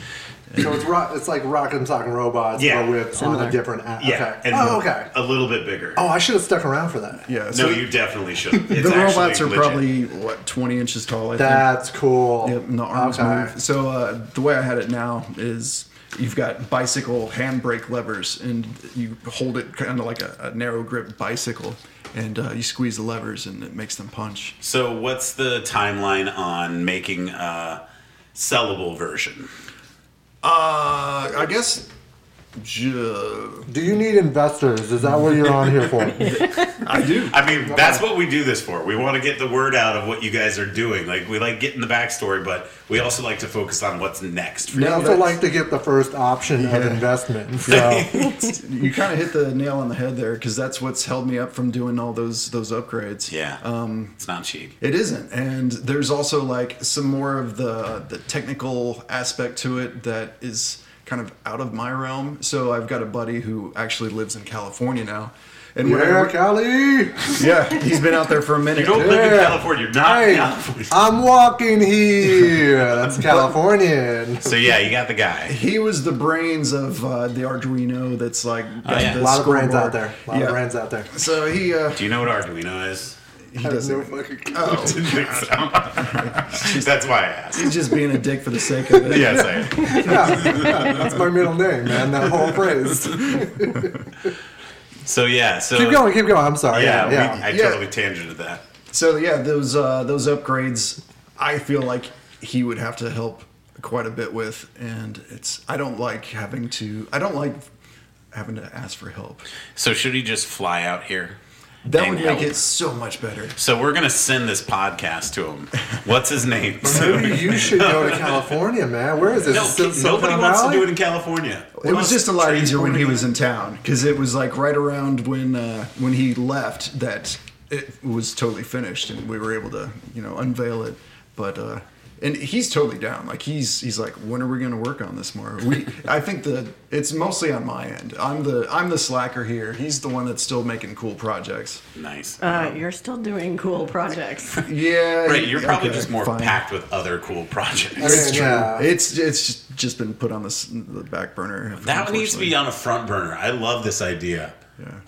Speaker 1: So it's rock, it's like Rock'em Sock'em Robots,
Speaker 4: Yeah.
Speaker 1: but with on
Speaker 2: Similar.
Speaker 1: a different. A-
Speaker 4: Yeah,
Speaker 1: Okay.
Speaker 4: and
Speaker 1: oh, okay.
Speaker 4: a little bit bigger.
Speaker 1: Oh, I should have stuck around for that.
Speaker 5: Yeah,
Speaker 4: no, you definitely should. It's
Speaker 5: the robots
Speaker 4: actually
Speaker 5: are
Speaker 4: legit.
Speaker 5: probably what twenty inches tall. I
Speaker 1: That's cool.
Speaker 5: think. Yep, and the arms
Speaker 1: Okay.
Speaker 5: move. So uh, the way I had it now is you've got bicycle handbrake levers, and you hold it kind of like a, a narrow grip bicycle, and uh, you squeeze the levers, and it makes them punch.
Speaker 4: So, what's the timeline on making a sellable version?
Speaker 5: Uh, I guess. ju-
Speaker 1: Do you need investors? Is that what you're on here for?
Speaker 5: I do.
Speaker 4: I mean, that's what we do this for. We want to get the word out of what you guys are doing. Like, we like getting the backstory, but we also like to focus on what's next. For
Speaker 1: We
Speaker 5: No,
Speaker 1: also
Speaker 5: that's-
Speaker 1: like to get the first option of investment. So
Speaker 5: you kind of hit the nail on the head there because that's what's held me up from doing all those those upgrades.
Speaker 4: Yeah, um, it's not cheap.
Speaker 5: It isn't, and there's also like some more of the the technical aspect to it that is kind of out of my realm. So I've got a buddy who actually lives in California now, and
Speaker 1: yeah,
Speaker 5: whenever-
Speaker 1: Cali.
Speaker 5: yeah, he's been out there for a minute.
Speaker 4: Don't live in
Speaker 1: Yeah.
Speaker 4: California. You're not in
Speaker 1: Hey,
Speaker 4: California.
Speaker 1: I'm walking here. That's Californian.
Speaker 4: so yeah, you got the guy.
Speaker 5: He was the brains of uh, the Arduino. That's like got
Speaker 4: Oh, yeah.
Speaker 5: the
Speaker 1: A lot of brands
Speaker 5: scoreboard.
Speaker 1: out there. A lot
Speaker 5: Yeah.
Speaker 1: of brands out there.
Speaker 5: So he uh,
Speaker 4: Do you know what Arduino is?
Speaker 5: he
Speaker 1: I have no
Speaker 5: doesn't.
Speaker 1: fucking clue.
Speaker 5: Oh,
Speaker 4: Think so? that's why I asked.
Speaker 5: he's just being a dick for the sake of it.
Speaker 4: Yes, I am.
Speaker 1: That's my middle name, man. That whole phrase.
Speaker 4: So yeah, so
Speaker 1: Keep going. Keep going. I'm sorry.
Speaker 4: Yeah,
Speaker 1: Yeah.
Speaker 4: we-
Speaker 1: yeah.
Speaker 4: I
Speaker 5: Yeah.
Speaker 4: totally tangented that.
Speaker 5: So yeah, those uh, those upgrades, I feel like he would have to help quite a bit with, and it's I don't like having to I don't like having to ask for help.
Speaker 4: So should he just fly out here?
Speaker 5: That
Speaker 4: And
Speaker 5: would make
Speaker 4: help.
Speaker 5: it so much better.
Speaker 4: So we're gonna send this podcast to him. What's his name? So-
Speaker 1: Maybe you should go to California, man. Where is this?
Speaker 4: no,
Speaker 1: Sil-
Speaker 4: nobody
Speaker 1: Silicon
Speaker 4: wants to
Speaker 1: Valley?
Speaker 4: do it in California.
Speaker 5: It was just a lot easier when he was in town because it was like right around when uh, when he left that it was totally finished and we were able to you know unveil it. But uh, and he's totally down. Like he's he's like, when are we going to work on this more? We I think that it's mostly on my end. I'm the I'm the slacker here. He's the one that's still making cool projects.
Speaker 4: nice.
Speaker 2: Uh, you're still doing cool projects.
Speaker 5: Yeah,
Speaker 4: Right, you're probably
Speaker 5: okay,
Speaker 4: just more
Speaker 5: fine.
Speaker 4: packed with other cool projects.
Speaker 5: It's
Speaker 1: Yeah,
Speaker 5: true.
Speaker 1: yeah.
Speaker 5: It's it's just- just been put on this the back burner.
Speaker 4: That one needs to be
Speaker 5: unfortunately.
Speaker 4: on a front burner. I love this idea.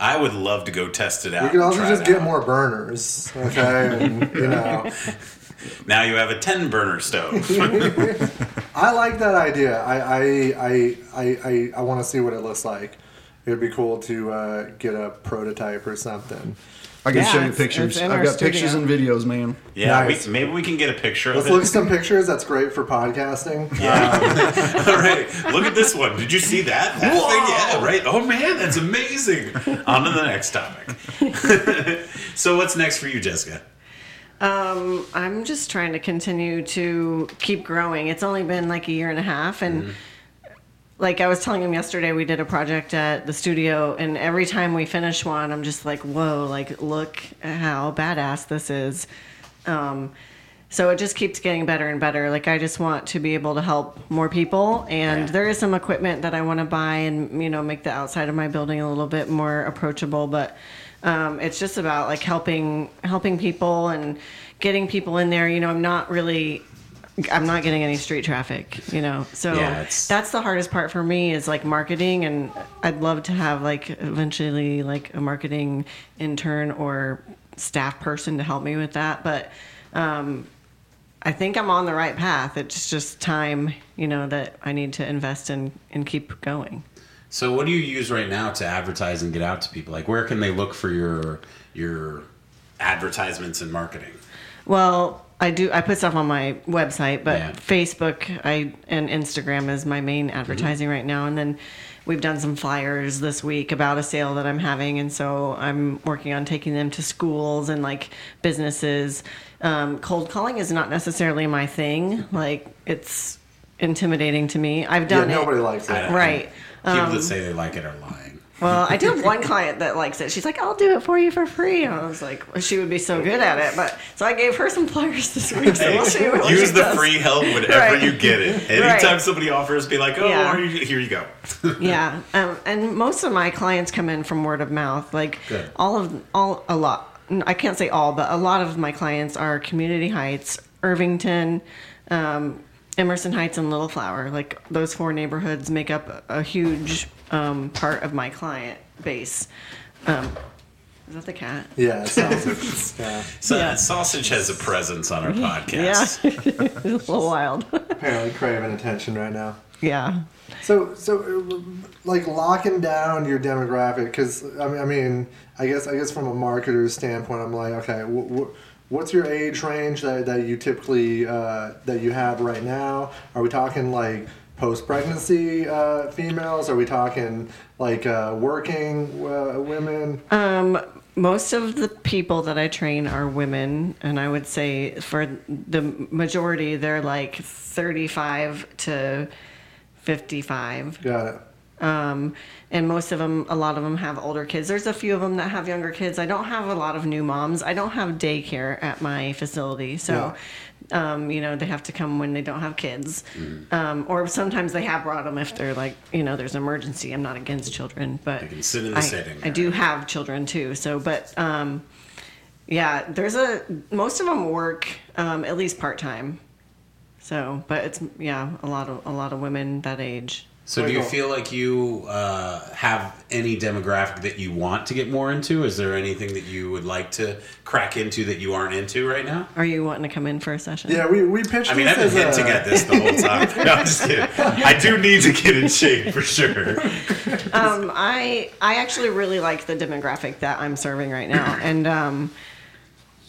Speaker 4: I would love to go test it out.
Speaker 1: You can
Speaker 4: and
Speaker 1: also
Speaker 4: try
Speaker 1: just
Speaker 4: it
Speaker 1: get
Speaker 4: out.
Speaker 1: more burners, okay? And, you know,
Speaker 4: Now you have a ten burner stove.
Speaker 1: I like that idea. I I I I, I, I want to see what it looks like. It'd be cool to uh, get a prototype or something.
Speaker 5: I can
Speaker 2: Yeah,
Speaker 5: show you
Speaker 2: it's-
Speaker 5: pictures.
Speaker 2: it's in
Speaker 5: I've
Speaker 2: our
Speaker 5: got pictures and
Speaker 2: studio.
Speaker 5: videos, man.
Speaker 4: Yeah,
Speaker 1: Nice.
Speaker 4: we, maybe we can get a picture of
Speaker 1: Let's
Speaker 4: it.
Speaker 1: look at some pictures. That's great for podcasting.
Speaker 4: All right, look at this one. Did you see that? That thing? Yeah, right. Oh man, that's amazing. On to the next topic. so, what's next for you, Jessica?
Speaker 2: Um, I'm just trying to continue to keep growing. It's only been like a year and a half, and
Speaker 4: Mm-hmm.
Speaker 2: like I was telling him yesterday, we did a project at the studio, and every time we finish one, I'm just like, whoa, like look at how badass this is. Um, so it just keeps getting better and better. Like I just want to be able to help more people, and
Speaker 4: Yeah.
Speaker 2: there is some equipment that I want to buy and you know make the outside of my building a little bit more approachable. But um, it's just about like helping helping people and getting people in there. You know, I'm not really. I'm not getting any street traffic, you know. So
Speaker 4: Yeah, it's-
Speaker 2: that's the hardest part for me is like marketing, and I'd love to have like eventually like a marketing intern or staff person to help me with that. But I think I'm on the right path. It's just time, you know, that I need to invest in and keep going.
Speaker 4: So what do you use right now to advertise and get out to people? Like where can they look for your your advertisements and marketing?
Speaker 2: Well, I do. I put stuff on my website, but
Speaker 4: Yeah.
Speaker 2: Facebook, I and Instagram is my main
Speaker 1: Mm-hmm.
Speaker 2: advertising right now. And then we've done some flyers this week about a sale that I'm having, and so I'm working on taking them to schools and like businesses. Um, cold calling is not necessarily my thing. Like it's intimidating to me. I've
Speaker 1: Yeah,
Speaker 2: done it.
Speaker 1: nobody likes
Speaker 4: I
Speaker 1: it.
Speaker 4: don't-
Speaker 2: Right.
Speaker 4: People
Speaker 2: Um,
Speaker 4: that say they like it are lying.
Speaker 2: Well, I do have one client that likes it. She's like, I'll do it for you for free. And I was like, well, she would be so good at it. But so I gave her some flyers this week. So we'll see what
Speaker 4: Use
Speaker 2: she
Speaker 4: the
Speaker 2: does.
Speaker 4: free help whenever
Speaker 2: Right.
Speaker 4: you get it. Anytime
Speaker 2: Right.
Speaker 4: somebody offers, be like, "Oh,
Speaker 2: Yeah.
Speaker 4: are you- here you go."
Speaker 2: Yeah, um, and most of my clients come in from word of mouth. Like
Speaker 4: Good.
Speaker 2: all of all a lot. I can't say all, but a lot of my clients are Community Heights, Irvington, um, Emerson Heights, and Little Flower. Like those four neighborhoods make up a huge um, part of my client base. Um, is that the cat?
Speaker 1: Yeah, it sounds. yeah,
Speaker 4: So
Speaker 2: Yeah.
Speaker 4: sausage has a presence on our
Speaker 2: Yeah,
Speaker 4: podcast.
Speaker 2: it's a little wild.
Speaker 1: apparently craving attention right now.
Speaker 2: yeah.
Speaker 1: So, so uh, like locking down your demographic, because I mean, I mean, I guess, I guess from a marketer's standpoint, I'm like, okay, wh- wh- what's your age range that, that you typically uh, that you have right now? Are we talking like post-pregnancy uh, females? Are we talking like uh, working uh, women?
Speaker 2: most of the people that I train are women, and I would say for the majority, they're like 35 to 55.
Speaker 1: Got it.
Speaker 2: Um, and most of them, a lot of them have older kids. There's a few of them that have younger kids. I don't have a lot of new moms. I don't have daycare at my facility, so um, you know they have to come when they don't have kids,
Speaker 4: Mm-hmm.
Speaker 2: um, or sometimes they have brought them if they're like you know there's an emergency. I'm not against children, but
Speaker 4: They can sit in the
Speaker 2: I,
Speaker 4: sitting
Speaker 2: I do have children too, so but um, yeah, there's a most of them work um, at least part time. So, but it's yeah, a lot of a lot of women that age.
Speaker 4: So, do you
Speaker 1: Michael.
Speaker 4: feel like you uh, have any demographic that you want to get more into? Is there anything that you would like to crack into that you aren't into right now?
Speaker 2: Are you wanting to come in for a session?
Speaker 1: Yeah, we we pitched.
Speaker 4: I mean, I've
Speaker 1: this
Speaker 4: been
Speaker 1: as
Speaker 4: hinting
Speaker 1: a-
Speaker 4: at this the whole time. No, I'm just kidding. I do need to get in shape for sure.
Speaker 2: Um, I I actually really like the demographic that I'm serving right now, and um,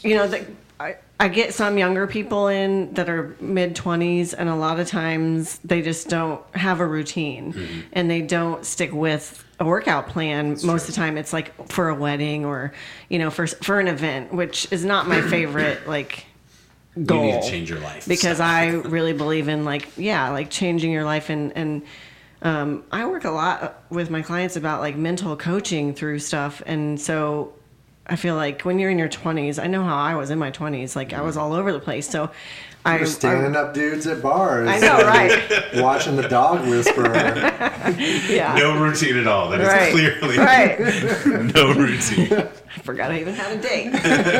Speaker 2: you know, the, I I get some younger people in that are mid 20s, and a lot of times they just don't have a routine,
Speaker 4: Mm-hmm.
Speaker 2: and they don't stick with a workout plan. Most of the time, it's like for a wedding or you know for for an event, which is not my favorite like
Speaker 4: You
Speaker 2: goal
Speaker 4: need to change your life
Speaker 2: because I really believe in like yeah, like changing your life and and um, I work a lot with my clients about like mental coaching through stuff, and so I feel like when you're in your 20s, I know how I was in my 20s, like I was all over the place. So I,
Speaker 1: You're standing up dudes at bars.
Speaker 2: I know, right?
Speaker 1: Watching the dog whisperer.
Speaker 2: Yeah,
Speaker 4: no routine at all. That is
Speaker 2: right,
Speaker 4: clearly
Speaker 2: right.
Speaker 4: no routine.
Speaker 2: forgot I even had a date.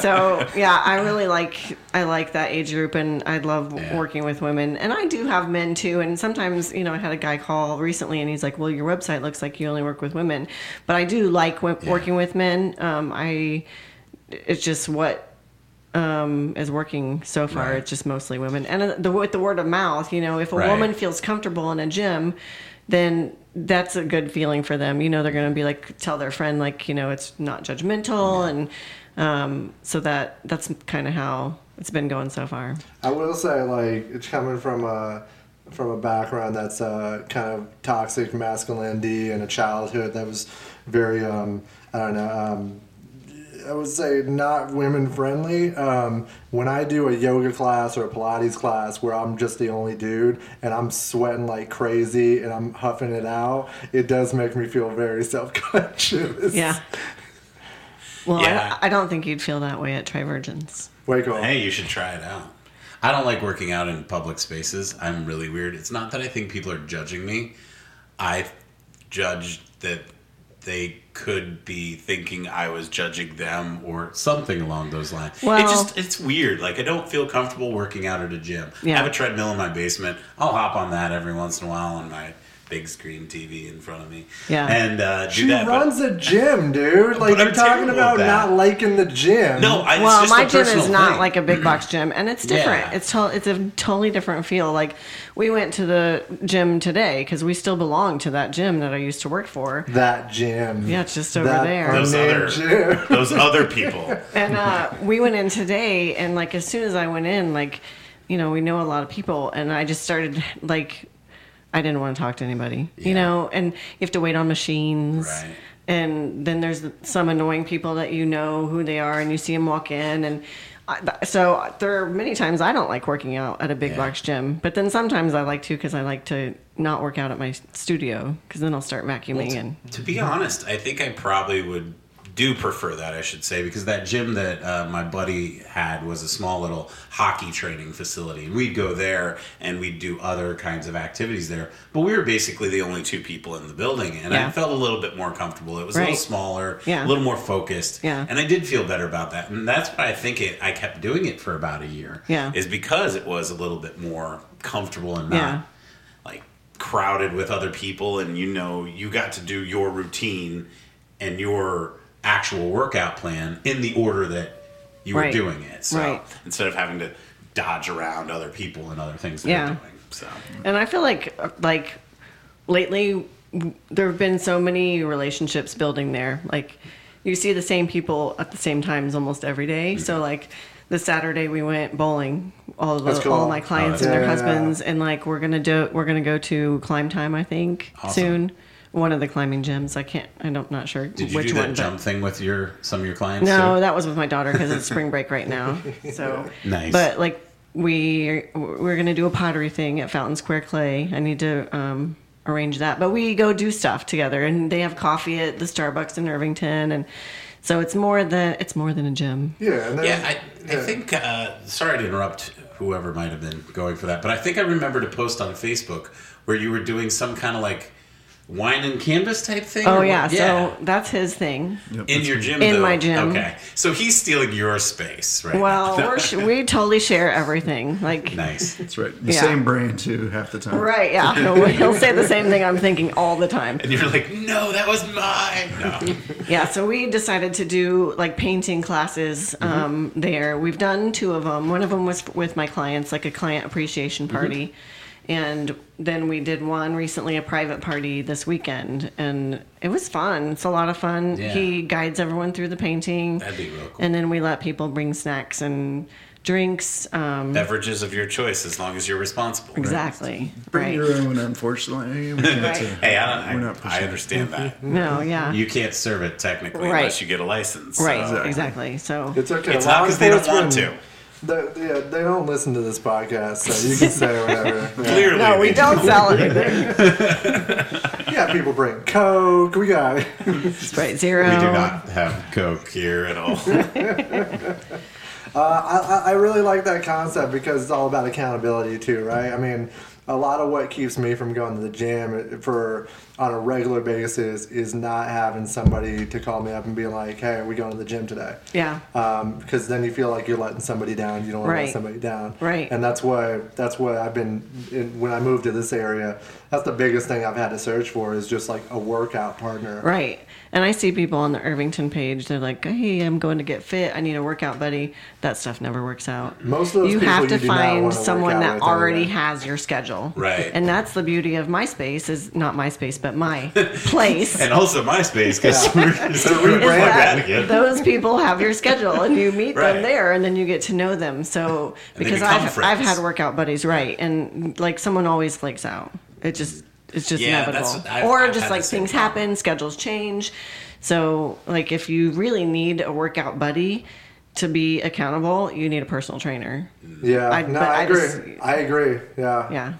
Speaker 2: so yeah, I really like I like that age group, and I love
Speaker 4: Yeah.
Speaker 2: working with women. And I do have men too. And sometimes you know I had a guy call recently, and he's like, "Well, your website looks like you only work with women," but I do like w- working with men. Um, I it's just what um, is working so far.
Speaker 4: Right.
Speaker 2: It's just mostly women, and uh, the with the word of mouth. You know, if a
Speaker 4: Right.
Speaker 2: woman feels comfortable in a gym, then that's a good feeling for them. You know, they're going to be like tell their friend like you know it's not judgmental, and um, so that that's kind of how it's been going so far.
Speaker 1: I will say, like, it's coming from a from a background that's uh, kind of toxic masculinity and a childhood that was very, um, I don't know, um, I would say not women friendly. Um, when I do a yoga class or a Pilates class where I'm just the only dude and I'm sweating like crazy and I'm huffing it out, it does make me feel very self conscious.
Speaker 2: Yeah. Well,
Speaker 4: Yeah.
Speaker 2: I, I don't think you'd feel that way at Trivirgins.
Speaker 1: Wake up.
Speaker 4: Hey, you should try it out. I don't like working out in public spaces. I'm really weird. It's not that I think people are judging me. I judged that they could be thinking I was judging them or something along those lines.
Speaker 2: Well-
Speaker 4: it just it's weird. Like I don't feel comfortable working out at a gym.
Speaker 2: Yeah.
Speaker 4: I have a treadmill in my basement. I'll hop on that every once in a while on my big screen TV in front of me.
Speaker 2: Yeah.
Speaker 4: And uh, do
Speaker 1: She
Speaker 4: that. but-
Speaker 1: runs a gym, dude. Like
Speaker 4: But I'm
Speaker 1: you're talking
Speaker 4: terrible
Speaker 1: about
Speaker 4: at that.
Speaker 1: not liking the gym.
Speaker 4: no, I, it's
Speaker 2: well,
Speaker 4: just
Speaker 2: my
Speaker 4: a
Speaker 2: gym is
Speaker 4: personal
Speaker 2: not
Speaker 4: thing.
Speaker 2: like a big box gym, and it's different.
Speaker 4: Yeah.
Speaker 2: It's to- it's a totally different feel. Like we went to the gym today because we still belong to that gym that I used to work for.
Speaker 1: that gym.
Speaker 2: Yeah, it's just over
Speaker 1: That
Speaker 2: there.
Speaker 4: those
Speaker 1: unnamed
Speaker 4: other
Speaker 1: gym.
Speaker 4: those other people.
Speaker 2: And uh, we went in today, and like as soon as I went in, like you know, we know a lot of people, and I just started like I didn't want to talk to anybody, you
Speaker 4: Yeah.
Speaker 2: know. And you have to wait on machines,
Speaker 4: Right.
Speaker 2: and then there's some annoying people that you know who they are, and you see them walk in, and I, th- so there are many times I don't like working out at a big
Speaker 4: Yeah.
Speaker 2: box gym, but then sometimes I like to because I like to not work out at my studio because then I'll start vacuuming and
Speaker 4: To be honest, I think I probably would do prefer that, I should say, because that gym that uh, my buddy had was a small little hockey training facility. We'd go there and we'd do other kinds of activities there, but we were basically the only two people in the building, and
Speaker 2: Yeah.
Speaker 4: I felt a little bit more comfortable. It was a
Speaker 2: Right.
Speaker 4: little smaller,
Speaker 2: Yeah.
Speaker 4: a little more focused,
Speaker 2: Yeah.
Speaker 4: and I did feel better about that. And that's why I think it, I kept doing it for about a year,
Speaker 2: Yeah.
Speaker 4: is because it was a little bit more comfortable and not
Speaker 2: Yeah.
Speaker 4: like crowded with other people and you know you got to do your routine and your actual workout plan in the order that you
Speaker 2: Right.
Speaker 4: were doing it so
Speaker 2: Right.
Speaker 4: instead of having to dodge around other people and other things that
Speaker 2: Yeah.
Speaker 4: you're doing so
Speaker 2: And I feel like like lately w- there have been so many relationships building there. Like you see the same people at the same times almost every day.
Speaker 4: Mm-hmm.
Speaker 2: So like the Saturday we went bowling, all the,
Speaker 1: That's cool.
Speaker 2: all my clients
Speaker 4: Oh,
Speaker 2: and their
Speaker 1: that's cool.
Speaker 2: husbands, and like we're gonna do we're gonna go to climb time I think
Speaker 4: Awesome.
Speaker 2: soon. One of the climbing gyms. I can't. I don't. Not sure
Speaker 4: did you
Speaker 2: which
Speaker 4: do that
Speaker 2: one. but-
Speaker 4: jump thing with your some of your clients
Speaker 2: no,
Speaker 4: too?
Speaker 2: that was with my daughter because it's spring break right now. So
Speaker 4: Nice.
Speaker 2: But like we we're gonna do a pottery thing at Fountain Square Clay. I need to um, arrange that. But we go do stuff together, and they have coffee at the Starbucks in Irvington, and so it's more than it's more than a gym.
Speaker 1: Yeah. And there's-
Speaker 4: yeah i, I
Speaker 1: yeah.
Speaker 4: think uh, sorry to interrupt whoever might have been going for that but i think i remembered a post on facebook where you were doing some kind of like wine and canvas type thing
Speaker 2: Oh
Speaker 4: or-
Speaker 2: yeah, so that's his thing.
Speaker 4: in your gym
Speaker 2: In
Speaker 4: though.
Speaker 2: my gym.
Speaker 4: okay so he's stealing your space right
Speaker 2: Well, we're, sh- we totally share everything. Like
Speaker 4: nice
Speaker 5: That's right. The
Speaker 2: Yeah.
Speaker 5: same brand too, half the time.
Speaker 2: right, yeah, he'll say the same thing I'm thinking all the time.
Speaker 4: and you're like no that was mine no.
Speaker 2: Yeah, so we decided to do like painting classes
Speaker 4: Mm-hmm.
Speaker 2: um, there. We've done two of them. One of them was with my clients, like a client appreciation
Speaker 4: Mm-hmm.
Speaker 2: party. And then we did one recently, a private party this weekend. And it was fun. It's a lot of fun.
Speaker 4: Yeah.
Speaker 2: He guides everyone through the painting.
Speaker 4: That'd be real cool.
Speaker 2: And then we let people bring snacks and drinks. Um,
Speaker 4: beverages of your choice as long as you're responsible
Speaker 2: exactly.
Speaker 5: Bring
Speaker 2: right.
Speaker 5: your own, unfortunately. We can't,
Speaker 2: Right.
Speaker 5: uh,
Speaker 4: hey i,
Speaker 5: We're
Speaker 4: don't,
Speaker 5: not
Speaker 4: I, I
Speaker 5: pushing.
Speaker 4: understand that
Speaker 2: No, yeah.
Speaker 4: you can't serve it technically
Speaker 2: Right.
Speaker 4: unless you get a license
Speaker 2: right,
Speaker 4: so.
Speaker 2: exactly. So
Speaker 1: It's okay.
Speaker 4: It's not 'cause they don't want
Speaker 1: enforcement- They, yeah, they don't listen to this podcast, so you can say whatever. Yeah.
Speaker 4: clearly
Speaker 2: no, we
Speaker 4: they-
Speaker 2: don't sell anything.
Speaker 1: yeah, people bring Coke. We got
Speaker 2: right, zero.
Speaker 4: we do not have coke here at all
Speaker 1: I, I- I really like that concept because it's all about accountability too, right? I mean, a lot of what keeps me from going to the gym uh, for on a regular basis is not having somebody to call me up and be like, "Hey, are we going to the gym today?"
Speaker 2: Yeah.
Speaker 1: Um, because then you feel like you're letting somebody down. You don't want to
Speaker 2: Right.
Speaker 1: let somebody down.
Speaker 2: Right.
Speaker 1: And that's why that's what I've been in, when I moved to this area. That's the biggest thing I've had to search for is just like a workout partner.
Speaker 2: Right. And I see people on the Irvington page, they're like, hey, I'm going to get fit. I need a workout buddy. That stuff never works out.
Speaker 1: Most of those
Speaker 2: you
Speaker 1: people
Speaker 2: have
Speaker 1: you
Speaker 2: to
Speaker 1: do not wanna
Speaker 2: find
Speaker 1: work
Speaker 2: someone
Speaker 1: out
Speaker 2: that
Speaker 1: with
Speaker 2: already
Speaker 1: anyway.
Speaker 2: has your schedule.
Speaker 4: Right.
Speaker 2: And that's the beauty of MySpace is not MySpace, but my place.
Speaker 4: and also myspace because we're, so
Speaker 1: rebrand
Speaker 4: we're
Speaker 1: that.
Speaker 4: back again.
Speaker 2: Those people have your schedule, and you meet
Speaker 4: Right.
Speaker 2: them there, and then you get to know them. So
Speaker 4: they
Speaker 2: because
Speaker 4: become
Speaker 2: I've I've
Speaker 4: friends.
Speaker 2: had workout buddies, right? And like someone always flakes out. It just it's just
Speaker 4: Yeah,
Speaker 2: inevitable,
Speaker 4: that's- I've-
Speaker 2: or
Speaker 4: I've
Speaker 2: just
Speaker 4: had
Speaker 2: like
Speaker 4: the same
Speaker 2: things
Speaker 4: problem.
Speaker 2: happen, schedules change. So, like, if you really need a workout buddy to be accountable, you need a personal trainer.
Speaker 4: Mm.
Speaker 1: Yeah,
Speaker 2: I-
Speaker 1: no,
Speaker 2: but
Speaker 1: I
Speaker 2: I
Speaker 1: agree.
Speaker 2: just-
Speaker 1: I agree. Yeah.
Speaker 2: Yeah.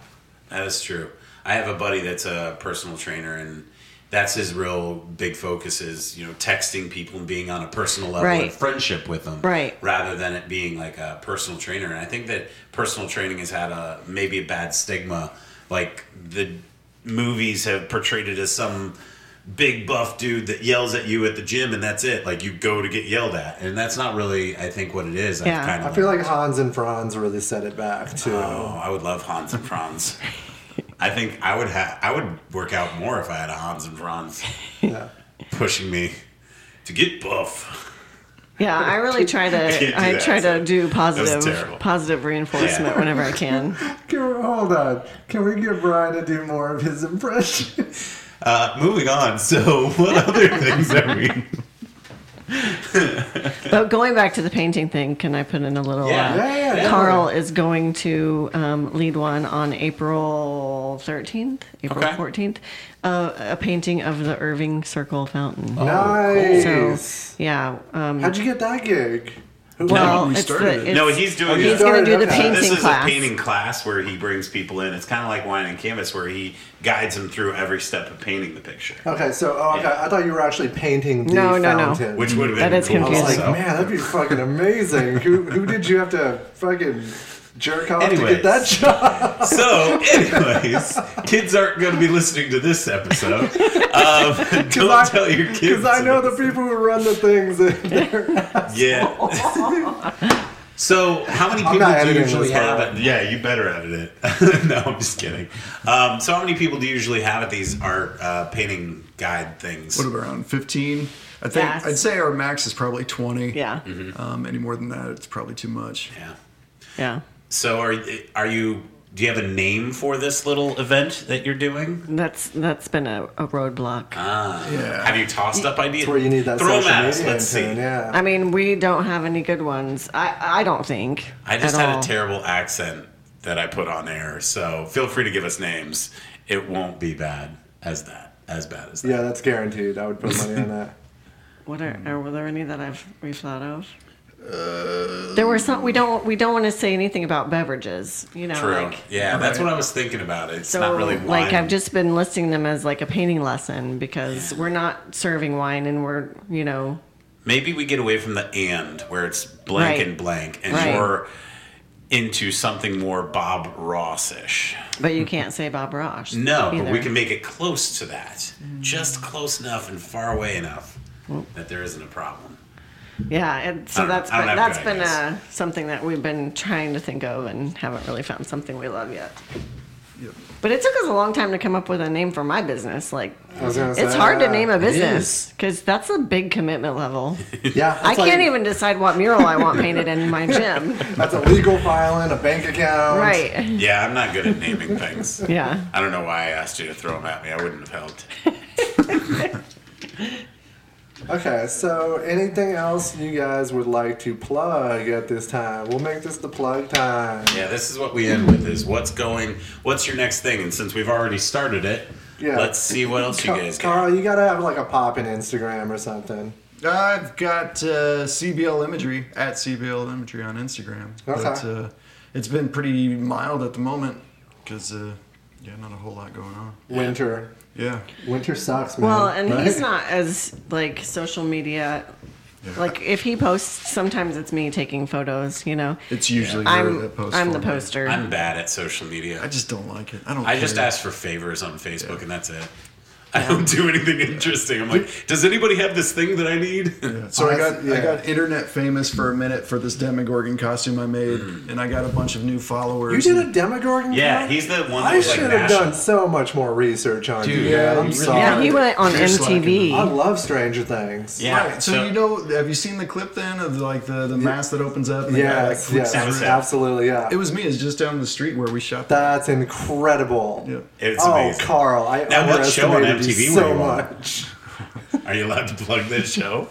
Speaker 4: That is true. I have a buddy that's a personal trainer, and that's his real big focus is you know texting people and being on a personal level and
Speaker 2: Right.
Speaker 4: friendship with them,
Speaker 2: Right.
Speaker 4: Rather than it being like a personal trainer. And I think that personal training has had a maybe a bad stigma, like the movies have portrayed it as some big buff dude that yells at you at the gym and that's it like you go to get yelled at and that's not really i think what it is I've
Speaker 2: Yeah.
Speaker 4: kinda
Speaker 1: I feel like Hans and Franz really set it back too.
Speaker 4: Oh, I would love Hans and Franz. I think I would have. I would work out more if I had a Hans and Franz
Speaker 1: Yeah.
Speaker 4: pushing me to get buff.
Speaker 2: Yeah, I really try
Speaker 4: do
Speaker 2: to I
Speaker 4: that,
Speaker 2: try
Speaker 4: so-
Speaker 2: to do
Speaker 4: terrible.
Speaker 2: positive positive reinforcement
Speaker 4: Yeah.
Speaker 2: whenever I can.
Speaker 1: Can we, hold on. Can we get Brian to do more of his impression?
Speaker 4: Uh, moving on. So, what other things are we?
Speaker 2: But going back to the painting thing, can I put in a little?
Speaker 4: Yeah.
Speaker 2: uh,
Speaker 1: Yeah, yeah, yeah.
Speaker 2: Carl is going to um, lead one on April 13th, April
Speaker 4: Okay.
Speaker 2: 14th, uh, a painting of the Irving Circle Fountain.
Speaker 4: Oh,
Speaker 1: Oh, nice.
Speaker 2: So, yeah. Um,
Speaker 1: How'd you get that gig? Who
Speaker 2: well,
Speaker 5: we
Speaker 2: it's
Speaker 5: started it.
Speaker 2: the, it's,
Speaker 4: No, he's doing.
Speaker 1: he's
Speaker 2: he's
Speaker 4: a- uh,
Speaker 2: going to do the
Speaker 1: Okay.
Speaker 2: painting
Speaker 4: this is
Speaker 2: class.
Speaker 4: a painting class where he brings people in. It's kind of like wine and canvas, where he guides them through every step of painting the picture,
Speaker 1: Okay, so oh, okay, I thought you were actually painting the
Speaker 2: No, no, no.
Speaker 1: fountain.
Speaker 4: which would have been
Speaker 2: That is
Speaker 4: cool
Speaker 1: I was like,
Speaker 2: confusing.
Speaker 4: also.
Speaker 1: man, that'd be fucking amazing. who who did you have to fucking jerk off to
Speaker 4: Anyways.
Speaker 1: get that job?
Speaker 4: So, anyways, kids aren't going to be listening to this episode. Um, don't
Speaker 1: I-
Speaker 4: tell your kids.
Speaker 1: Because I know the
Speaker 4: this.
Speaker 1: people who run the things. That
Speaker 4: Yeah. so, how many people
Speaker 1: not
Speaker 4: do you
Speaker 1: editing
Speaker 4: usually
Speaker 1: this
Speaker 4: have?
Speaker 1: part.
Speaker 4: At, yeah, you better edit it. no, I'm just kidding. Um, so, how many people do you usually have at these art uh, painting guide things?
Speaker 5: What around fifteen? I think
Speaker 2: Yes.
Speaker 5: I'd say our max is probably twenty.
Speaker 2: Yeah.
Speaker 4: Mm-hmm.
Speaker 5: Um, any more than that, it's probably too much.
Speaker 4: yeah.
Speaker 2: Yeah.
Speaker 4: So, are are you? Do you have a name for this little event that you're doing?
Speaker 2: That's that's been a, a roadblock.
Speaker 4: Ah.
Speaker 5: Yeah.
Speaker 4: Have you tossed up ideas?
Speaker 1: where you need that
Speaker 4: Throw 'em
Speaker 1: social
Speaker 4: at us.
Speaker 1: media
Speaker 4: Let's
Speaker 1: intern,
Speaker 4: see.
Speaker 1: Yeah.
Speaker 2: I mean, we don't have any good ones. I I don't think.
Speaker 4: I just
Speaker 2: at
Speaker 4: had
Speaker 2: all.
Speaker 4: a terrible accent that I put on air, so feel free to give us names. It won't be bad as that, as bad as that.
Speaker 1: Yeah, that's guaranteed. I would put money on that.
Speaker 2: What are, are were there any that I've we've thought of?
Speaker 4: Uh,
Speaker 2: there were some we don't we don't want to say anything about beverages, you know.
Speaker 4: True.
Speaker 2: Like,
Speaker 4: yeah, that's what I was thinking about. It's
Speaker 2: so
Speaker 4: not really wine.
Speaker 2: like I've just been listing them as like a painting lesson because we're not serving wine and we're you know
Speaker 4: Maybe we get away from the and where it's blank
Speaker 2: Right.
Speaker 4: and blank and
Speaker 2: Right.
Speaker 4: more into something more Bob Ross ish.
Speaker 2: but you can't say Bob Ross.
Speaker 4: No, but we
Speaker 2: either. Mm.
Speaker 4: can make it close to that. Just close enough and far away enough that there isn't a problem.
Speaker 2: Yeah, and
Speaker 4: I
Speaker 2: so
Speaker 4: don't-
Speaker 2: that's
Speaker 4: I don't
Speaker 2: been
Speaker 4: have
Speaker 2: that's
Speaker 4: good
Speaker 2: been
Speaker 4: ideas.
Speaker 2: uh, something that we've been trying to think of and haven't really found something we love yet. But it took us a long time to come up with a name for my business. Like,
Speaker 1: I
Speaker 4: Oh,
Speaker 1: was gonna
Speaker 2: it's
Speaker 1: say,
Speaker 2: hard
Speaker 1: yeah,
Speaker 2: to name a
Speaker 1: it
Speaker 2: business because that's a big commitment level.
Speaker 1: Yeah,
Speaker 2: I
Speaker 1: it's like-
Speaker 2: can't even decide what mural I want painted in my gym.
Speaker 1: That's a legal filing, a bank account.
Speaker 2: Right?
Speaker 4: Yeah, I'm not good at naming things.
Speaker 2: Yeah.
Speaker 4: I don't know why I asked you to throw them at me. I wouldn't have helped.
Speaker 1: Okay, so anything else you guys would like to plug at this time? We'll make this the plug time.
Speaker 4: Yeah, this is what we end with: is what's going, what's your next thing? And since we've already started it,
Speaker 1: Yeah.
Speaker 4: let's see what else you
Speaker 1: Ca-
Speaker 4: guys got.
Speaker 1: Carl, you gotta have like a pop in Instagram or something.
Speaker 5: I've got uh, CBL Imagery at CBL Imagery on Instagram.
Speaker 1: Okay.
Speaker 5: But, uh, it's been pretty mild at the moment because, uh, yeah, not a whole lot going on.
Speaker 1: Winter.
Speaker 5: Yeah.
Speaker 1: Winter sucks, man.
Speaker 2: Well, and
Speaker 1: right?
Speaker 2: he's not as like social media. Like if he posts, sometimes it's me taking photos. You know,
Speaker 5: It's usually her
Speaker 2: I'm
Speaker 5: that posts
Speaker 2: I'm
Speaker 5: for
Speaker 2: the
Speaker 5: me.
Speaker 2: poster.
Speaker 4: I'm bad at social media.
Speaker 5: I just don't like it. I don't
Speaker 4: I just
Speaker 5: care.
Speaker 4: ask for favors on Facebook, and that's it. I don't do anything interesting. I'm like, does anybody have this thing that I need?
Speaker 5: Yeah, So I got
Speaker 1: Honestly, Oh, yeah.
Speaker 5: I got internet famous for a minute for this Demogorgon costume I made, and I got a bunch of new
Speaker 1: you
Speaker 5: followers.
Speaker 1: did a Demogorgon?
Speaker 4: Yeah,
Speaker 1: count?
Speaker 4: he's the one that
Speaker 1: I
Speaker 4: was, like,
Speaker 1: should have
Speaker 4: national.
Speaker 1: done so much more research on
Speaker 4: Dude,
Speaker 1: you. Yeah,
Speaker 4: yeah,
Speaker 1: I'm
Speaker 4: you really
Speaker 1: sorry.
Speaker 2: yeah, he went on
Speaker 5: You're slacking.
Speaker 1: I
Speaker 2: MTV.
Speaker 1: love Stranger Things.
Speaker 4: Yeah.
Speaker 5: Right. So,
Speaker 4: so-
Speaker 5: you know, have you seen the clip then of like the the mask that opens up? And the guy, like,
Speaker 1: Yes, yes,
Speaker 5: flips his-
Speaker 4: That was it.
Speaker 1: absolutely, yeah.
Speaker 5: It was me. It's just down the street where we shot that.
Speaker 1: That's incredible.
Speaker 5: Yeah.
Speaker 4: It's
Speaker 1: oh,
Speaker 4: amazing.
Speaker 1: Carl, I
Speaker 4: Now, what show on
Speaker 1: underestimated you
Speaker 4: MTV were
Speaker 1: so
Speaker 4: you on?
Speaker 1: much.
Speaker 4: Are you allowed to plug this show?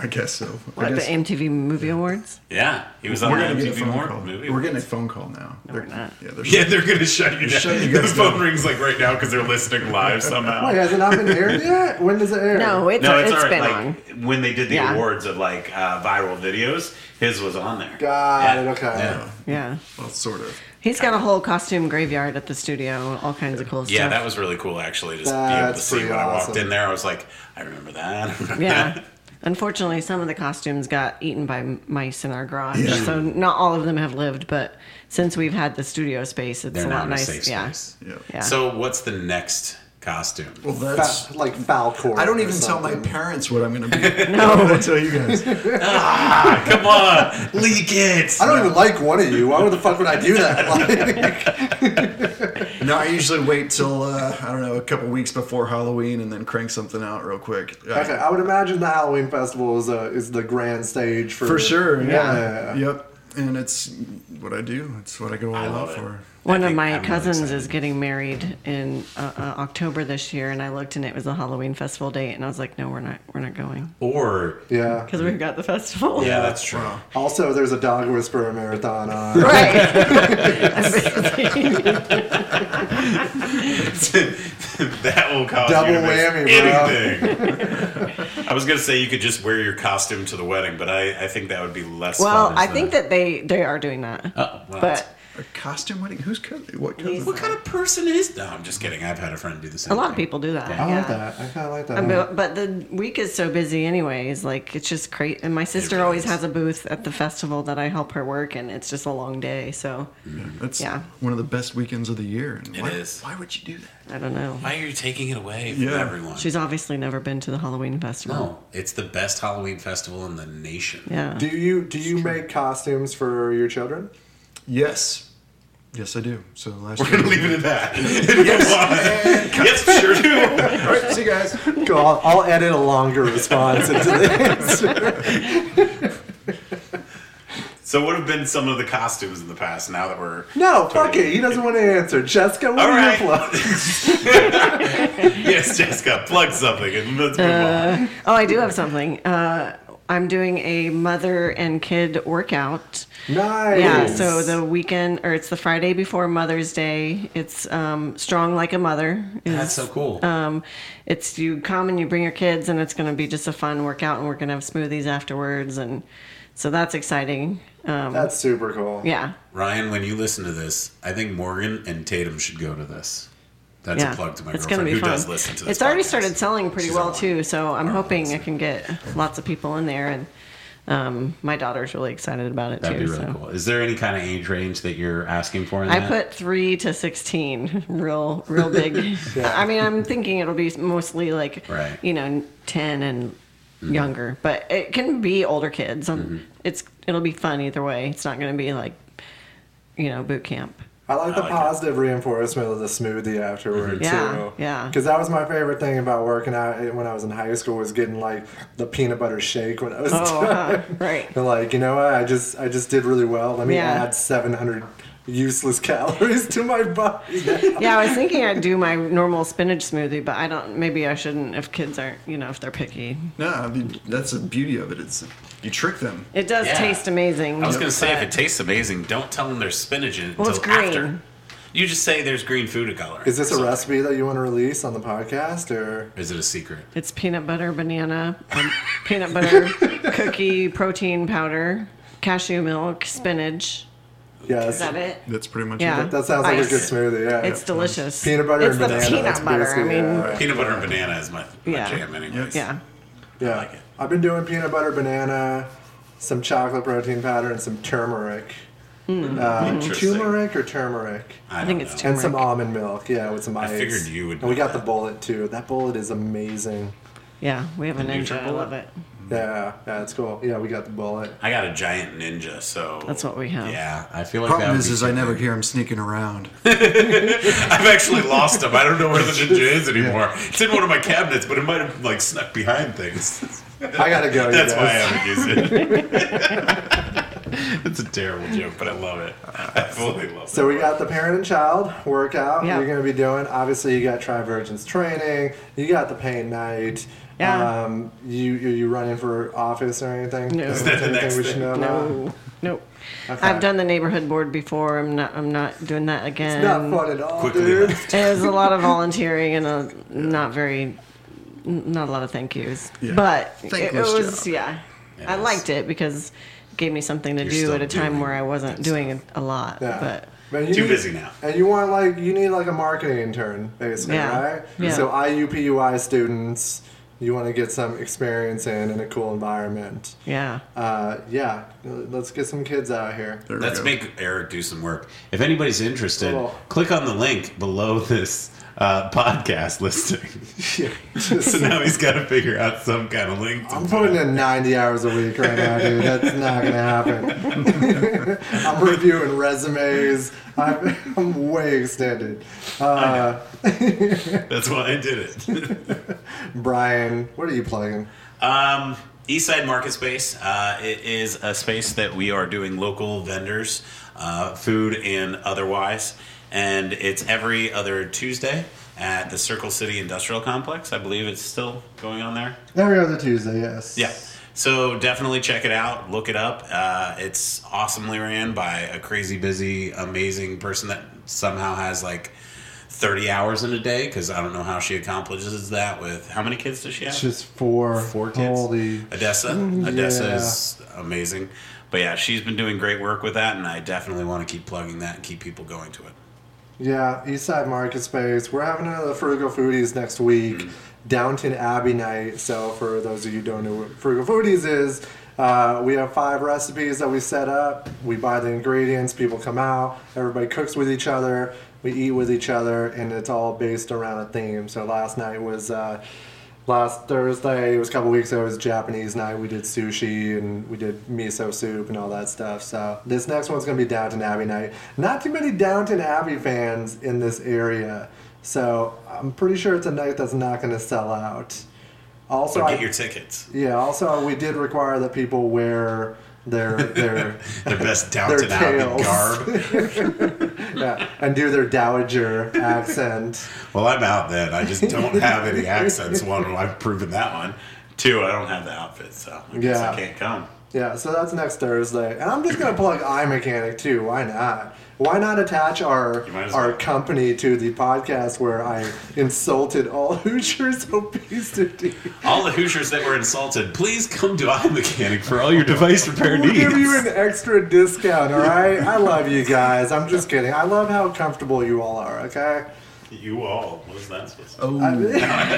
Speaker 5: I guess so. I
Speaker 2: What, the
Speaker 5: guess
Speaker 2: MTV Movie Awards?
Speaker 4: Yeah, he was on
Speaker 5: we're
Speaker 4: the
Speaker 5: gonna get a
Speaker 4: MTV
Speaker 5: phone
Speaker 4: More
Speaker 5: call.
Speaker 4: movie.
Speaker 5: We're getting a phone call now. No,
Speaker 2: we're not.
Speaker 5: Yeah, they're
Speaker 4: yeah, they're gonna shut you down.
Speaker 5: shut you
Speaker 4: the
Speaker 5: guys
Speaker 4: phone
Speaker 5: down.
Speaker 4: rings like right now because they're listening live somehow.
Speaker 1: Wait, Oh, has it not been aired yet? When does it air?
Speaker 2: No, it's,
Speaker 4: no, it's,
Speaker 2: it's
Speaker 4: alright,
Speaker 2: been
Speaker 4: like
Speaker 2: on.
Speaker 4: when they did the
Speaker 2: Yeah.
Speaker 4: awards of like uh, viral videos, his was on there.
Speaker 1: Got
Speaker 4: Yeah.
Speaker 1: it. Okay.
Speaker 4: Yeah.
Speaker 2: Yeah.
Speaker 5: well, sort of.
Speaker 2: He's got a whole costume graveyard at the studio, all kinds of cool stuff.
Speaker 4: Yeah, that was really cool actually. Just be able to
Speaker 1: That's
Speaker 4: see when
Speaker 1: pretty
Speaker 4: I walked
Speaker 1: awesome.
Speaker 4: in there, I was like, I remember that. I remember
Speaker 2: Yeah.
Speaker 4: that.
Speaker 2: Unfortunately, some of the costumes got eaten by m- mice in our garage,
Speaker 5: Yeah.
Speaker 2: so not all of them have lived. But since we've had the studio space, it's
Speaker 4: They're
Speaker 2: a
Speaker 4: not
Speaker 2: lot
Speaker 4: in
Speaker 2: nice.
Speaker 4: a safe
Speaker 2: yeah.
Speaker 4: space.
Speaker 5: Yeah.
Speaker 2: Yeah.
Speaker 4: So what's the next costume?
Speaker 5: Well, that's.
Speaker 1: Fa- like Falcor.
Speaker 5: I don't
Speaker 1: or
Speaker 5: even tell my
Speaker 1: something.
Speaker 5: parents what I'm going to be. no, I tell you guys.
Speaker 4: Ah, come on, leak it.
Speaker 1: I don't even like one of you. Why would the fuck would I do that? Like,
Speaker 5: No, I usually wait till uh, I don't know a couple weeks before Halloween and then crank something out real quick. I-
Speaker 1: okay, I would imagine the Halloween festival is uh, is the grand stage for
Speaker 5: for sure.
Speaker 1: Yeah.
Speaker 5: Yeah. Yep. And it's what I do. It's what I go all
Speaker 4: love
Speaker 5: out
Speaker 4: it.
Speaker 5: for.
Speaker 2: One
Speaker 4: I
Speaker 2: of
Speaker 4: think
Speaker 2: my
Speaker 4: I'm really
Speaker 2: cousins
Speaker 4: excited.
Speaker 2: is getting married in uh, uh, October this year, and I looked and it was a Halloween festival date, and I was like, "No, we're not, we're not going
Speaker 4: Or
Speaker 1: Yeah.
Speaker 2: because we've got the festival."
Speaker 4: yeah, that's true.
Speaker 1: Also, there's a dog whisperer marathon on.
Speaker 2: right.
Speaker 4: that will cost
Speaker 1: Double
Speaker 4: you to miss
Speaker 1: whammy,
Speaker 4: anything. I was gonna say you could just wear your costume to the wedding, but I, I think that would be less.
Speaker 2: well,
Speaker 4: fun
Speaker 2: I
Speaker 4: than-
Speaker 2: think that they they are doing that,
Speaker 4: Oh, well, that's-
Speaker 2: but
Speaker 5: A costume wedding? Who's cousin? What cousin?
Speaker 4: what kind of person is? No, I'm just kidding. I've had a friend do the same.
Speaker 2: a lot of
Speaker 4: thing.
Speaker 2: people do that.
Speaker 1: I
Speaker 2: yeah.
Speaker 1: like that. I kind of like that.
Speaker 2: Uh, But, but the week is so busy, anyways. Like it's just crazy. And my sister
Speaker 4: really
Speaker 2: always
Speaker 4: is.
Speaker 2: has a booth at the festival that I help her work, and it's just a long day. So
Speaker 5: That's
Speaker 2: Yeah.
Speaker 5: one of the best weekends of the year. And
Speaker 4: It
Speaker 5: why,
Speaker 4: is.
Speaker 5: Why would you do that?
Speaker 2: I don't know.
Speaker 4: Why are you taking it away from
Speaker 5: Yeah.
Speaker 4: everyone?
Speaker 2: She's obviously never been to the Halloween festival.
Speaker 4: no, Oh. it's the best Halloween festival in the nation.
Speaker 2: Yeah.
Speaker 1: do you do you make costumes for your children?
Speaker 5: Yes. Yes, I do. So last
Speaker 4: We're gonna
Speaker 5: year.
Speaker 4: leave it at that. yes, yes, sure do.
Speaker 5: All right. See you guys.
Speaker 1: Go, I'll, I'll edit a longer response into this.
Speaker 4: So, what have been some of the costumes in the past? Now that we're
Speaker 1: No, fuck it. He doesn't want to answer. Jessica, what
Speaker 4: All
Speaker 1: are
Speaker 4: right.
Speaker 1: your plugs?
Speaker 4: yes, Jessica, plug something and let's move on.
Speaker 2: Oh, I do have something. Uh, I'm doing a mother and kid workout.
Speaker 1: Nice.
Speaker 2: Yeah, so the weekend, or it's the Friday before Mother's Day. It's um, Strong Like a Mother. is-
Speaker 4: That's so cool.
Speaker 2: Um, it's you come and you bring your kids, and it's going to be just a fun workout, and we're going to have smoothies afterwards, and so that's exciting. Um,
Speaker 1: That's super cool.
Speaker 2: yeah,
Speaker 4: Ryan, when you listen to this, I think Morgan and Tatum should go to this. That's
Speaker 2: yeah.
Speaker 4: a plug to my
Speaker 2: it's gonna
Speaker 4: girlfriend
Speaker 2: be
Speaker 4: who
Speaker 2: fun.
Speaker 4: does listen to this.
Speaker 2: It's already
Speaker 4: podcast.
Speaker 2: started selling pretty
Speaker 4: She's
Speaker 2: well
Speaker 4: on one.
Speaker 2: too, so I'm
Speaker 4: Or
Speaker 2: hoping I
Speaker 4: listen.
Speaker 2: can get lots of people in there, and um, my daughter's really excited about it
Speaker 4: That'd
Speaker 2: too.
Speaker 4: be really
Speaker 2: so.
Speaker 4: cool. Is there any kind of age range that you're asking for? In
Speaker 2: I
Speaker 4: that?
Speaker 2: put three to sixteen, real, real big. I mean, I'm thinking it'll be mostly like,
Speaker 4: Right. Mm-hmm.
Speaker 2: you know, ten and younger, but it can be older kids. Um, It's it'll be fun either way. It's not going to be like, you know, boot camp.
Speaker 1: I like the
Speaker 4: I like it.
Speaker 1: positive reinforcement of the smoothie afterward
Speaker 2: Yeah,
Speaker 1: too.
Speaker 2: yeah.
Speaker 1: Because that was my favorite thing about working out when I was in high school was getting like the peanut butter shake when I was
Speaker 2: Oh,
Speaker 1: done.
Speaker 2: huh, right.
Speaker 1: And, like you know what? I just I just did really well. Let me
Speaker 2: Yeah.
Speaker 1: add 700 useless calories to my body.
Speaker 2: Yeah, I was thinking I'd do my normal spinach smoothie, but I don't. Maybe I shouldn't if kids aren't, you know, if they're picky.
Speaker 5: No, I mean, that's the beauty of it. It's you trick them.
Speaker 2: It does
Speaker 4: Yeah.
Speaker 2: taste amazing.
Speaker 4: I was going to say, if
Speaker 2: but-
Speaker 4: it tastes amazing, don't tell them there's spinach in it
Speaker 2: Well, it's
Speaker 4: until after.
Speaker 2: green.
Speaker 4: You just say there's green food coloring.
Speaker 1: Is this a recipe that you want to release on the podcast or?
Speaker 4: Is it a secret?
Speaker 2: It's peanut butter, banana, um, peanut butter, cookie, protein powder, cashew milk, spinach.
Speaker 1: Yes.
Speaker 2: Is that it?
Speaker 5: That's pretty much
Speaker 2: Yeah.
Speaker 5: it.
Speaker 1: That sounds like a
Speaker 2: Ice.
Speaker 1: good smoothie. Yeah.
Speaker 2: It's delicious.
Speaker 1: peanut butter
Speaker 2: it's
Speaker 1: and banana.
Speaker 2: the
Speaker 1: that's
Speaker 2: peanut butter. I
Speaker 1: basically-
Speaker 2: mean,
Speaker 1: yeah.
Speaker 4: Peanut butter and banana is my, my
Speaker 2: Yeah.
Speaker 4: jam, anyways.
Speaker 2: yeah.
Speaker 1: Yeah.
Speaker 4: like it.
Speaker 1: I've been doing peanut butter, banana, some chocolate protein powder, and some turmeric. Uh,
Speaker 4: Interesting.
Speaker 1: turmeric or turmeric?
Speaker 4: don't
Speaker 2: Mm-hmm. think it's
Speaker 4: know.
Speaker 2: too-
Speaker 1: And some almond milk, yeah, with some ice.
Speaker 4: figured you would
Speaker 1: And we
Speaker 4: know
Speaker 1: got the bullet too. That bullet is amazing.
Speaker 2: Yeah, we have a
Speaker 4: you
Speaker 2: ninja.
Speaker 4: try
Speaker 2: I
Speaker 4: bullet?
Speaker 2: love it.
Speaker 4: Mm-hmm.
Speaker 1: Yeah, yeah, it's cool. Yeah, we got the bullet.
Speaker 4: I got a giant ninja, so
Speaker 2: That's what we have.
Speaker 4: Yeah, I feel like that
Speaker 5: Problem
Speaker 4: would
Speaker 5: is,
Speaker 4: be
Speaker 5: is I
Speaker 4: too
Speaker 5: never
Speaker 4: big.
Speaker 5: hear them sneaking around.
Speaker 4: I've actually lost them. I don't know where the ninja is anymore. It's in one of my cabinets, but it might have like snuck behind things.
Speaker 1: I gotta go. you
Speaker 4: That's why I
Speaker 1: guys.
Speaker 4: haven't used it. it's a terrible joke, but I love it. I fully love it.
Speaker 1: Uh, So we got the parent and child workout
Speaker 2: Yeah.
Speaker 1: you're going to be doing. Obviously, you got Trivergence training. You got the paint night.
Speaker 2: Yeah.
Speaker 1: Um, you you you running for office or anything?
Speaker 2: No.
Speaker 1: Is there
Speaker 4: The next
Speaker 1: anything we should
Speaker 4: thing.
Speaker 1: know about?
Speaker 2: no. Nope. I've done the neighborhood board before. I'm not. I'm not doing that again.
Speaker 1: It's not fun at all,
Speaker 4: Quickly
Speaker 1: dude.
Speaker 4: left.
Speaker 2: It was a lot of volunteering and a not very, n- not a lot of thank yous. But it,
Speaker 5: Thankless
Speaker 2: was, yeah. I
Speaker 4: Yes.
Speaker 2: liked it because it gave me something to
Speaker 4: You're
Speaker 2: do
Speaker 4: still
Speaker 2: at a time
Speaker 4: doing
Speaker 2: where I wasn't doing a lot.
Speaker 1: Yeah.
Speaker 2: But
Speaker 1: Man, you
Speaker 4: Too busy now.
Speaker 1: And you want like you need like a marketing intern, basically,
Speaker 2: Yeah.
Speaker 1: right?
Speaker 2: Yeah.
Speaker 1: So IUPUI students, you want to get some experience in in a cool environment.
Speaker 2: yeah.
Speaker 1: Uh, yeah, let's get some kids out here.
Speaker 5: There we
Speaker 4: Let's
Speaker 5: go. Oh.
Speaker 4: make Eric do some work. If anybody's interested,
Speaker 1: Cool.
Speaker 4: click on the link below this uh, podcast listing.
Speaker 1: Yeah, just-
Speaker 4: so now he's got to figure out some kind of link. To
Speaker 1: I'm putting in 90 hours a week right now, dude. That's not gonna happen. I'm reviewing resumes. I'm, I'm way extended. Uh,
Speaker 4: That's why I did it.
Speaker 1: Brian, what are you playing?
Speaker 4: Um, Eastside Market Space. Uh, it is a space that we are doing local vendors, uh, food and otherwise, and it's every other Tuesday at the Circle City Industrial Complex. I believe it's still going on there.
Speaker 1: Every other Tuesday, yes.
Speaker 4: Yeah. So definitely check it out. Look it up. Uh, it's awesomely ran by a crazy busy, amazing person that somehow has like 30 hours in a day because I don't know how she accomplishes that with how many kids does she have?
Speaker 1: It's just four.
Speaker 4: Four kids.
Speaker 1: Holy
Speaker 4: Odessa. Odessa is amazing. But yeah, she's been doing great work with that, and I definitely want to keep plugging that and keep people going to it.
Speaker 1: Yeah, Eastside Market Space. We're having another Frugal Foodies next week, Downton Abbey night. So, for those of you who don't know what Frugal Foodies is, uh, we have five recipes that we set up. We buy the ingredients, people come out, everybody cooks with each other, we eat with each other, and it's all based around a theme. So, last night was. Uh, Last Thursday, it was a couple weeks ago, it was Japanese night. We did sushi and we did miso soup and all that stuff. So, this next one's going to be Downton Abbey night. Not too many Downton Abbey fans in this area. So, I'm pretty sure it's a night that's not going to sell out. Also,
Speaker 4: So
Speaker 1: I,
Speaker 4: get your tickets.
Speaker 1: yeah, also, we did require that people wear their, their,
Speaker 4: Their best Downton
Speaker 1: tails.
Speaker 4: Abbey garb.
Speaker 1: yeah, and do their dowager accent.
Speaker 4: Well, I'm out then. I just don't have any accents. One, I've proven that one. Two, I don't have the outfit, so I guess
Speaker 1: Yeah.
Speaker 4: I can't come.
Speaker 1: Yeah, so that's next Thursday. And I'm just going to plug iMechanic too. Why not? Why not attach our
Speaker 4: You might as
Speaker 1: our
Speaker 4: well.
Speaker 1: company to the podcast where I insulted all Hoosiers obesity?
Speaker 4: All the Hoosiers that were insulted, please come to iMechanic for all your device repair
Speaker 1: We'll
Speaker 4: needs.
Speaker 1: give you an extra discount, all right? I love you guys. I'm just kidding. I love how comfortable you all are, okay?
Speaker 4: You all. What is that supposed to
Speaker 5: Oh,
Speaker 4: And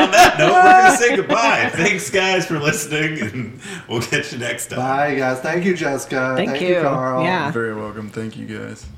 Speaker 4: on that note, we're going to say goodbye. Thanks, guys, for listening, and we'll catch you next time.
Speaker 1: Bye, guys. Thank you, Jessica.
Speaker 2: Thank you.
Speaker 1: Carl.
Speaker 2: Yeah.
Speaker 5: very welcome. Thank you guys.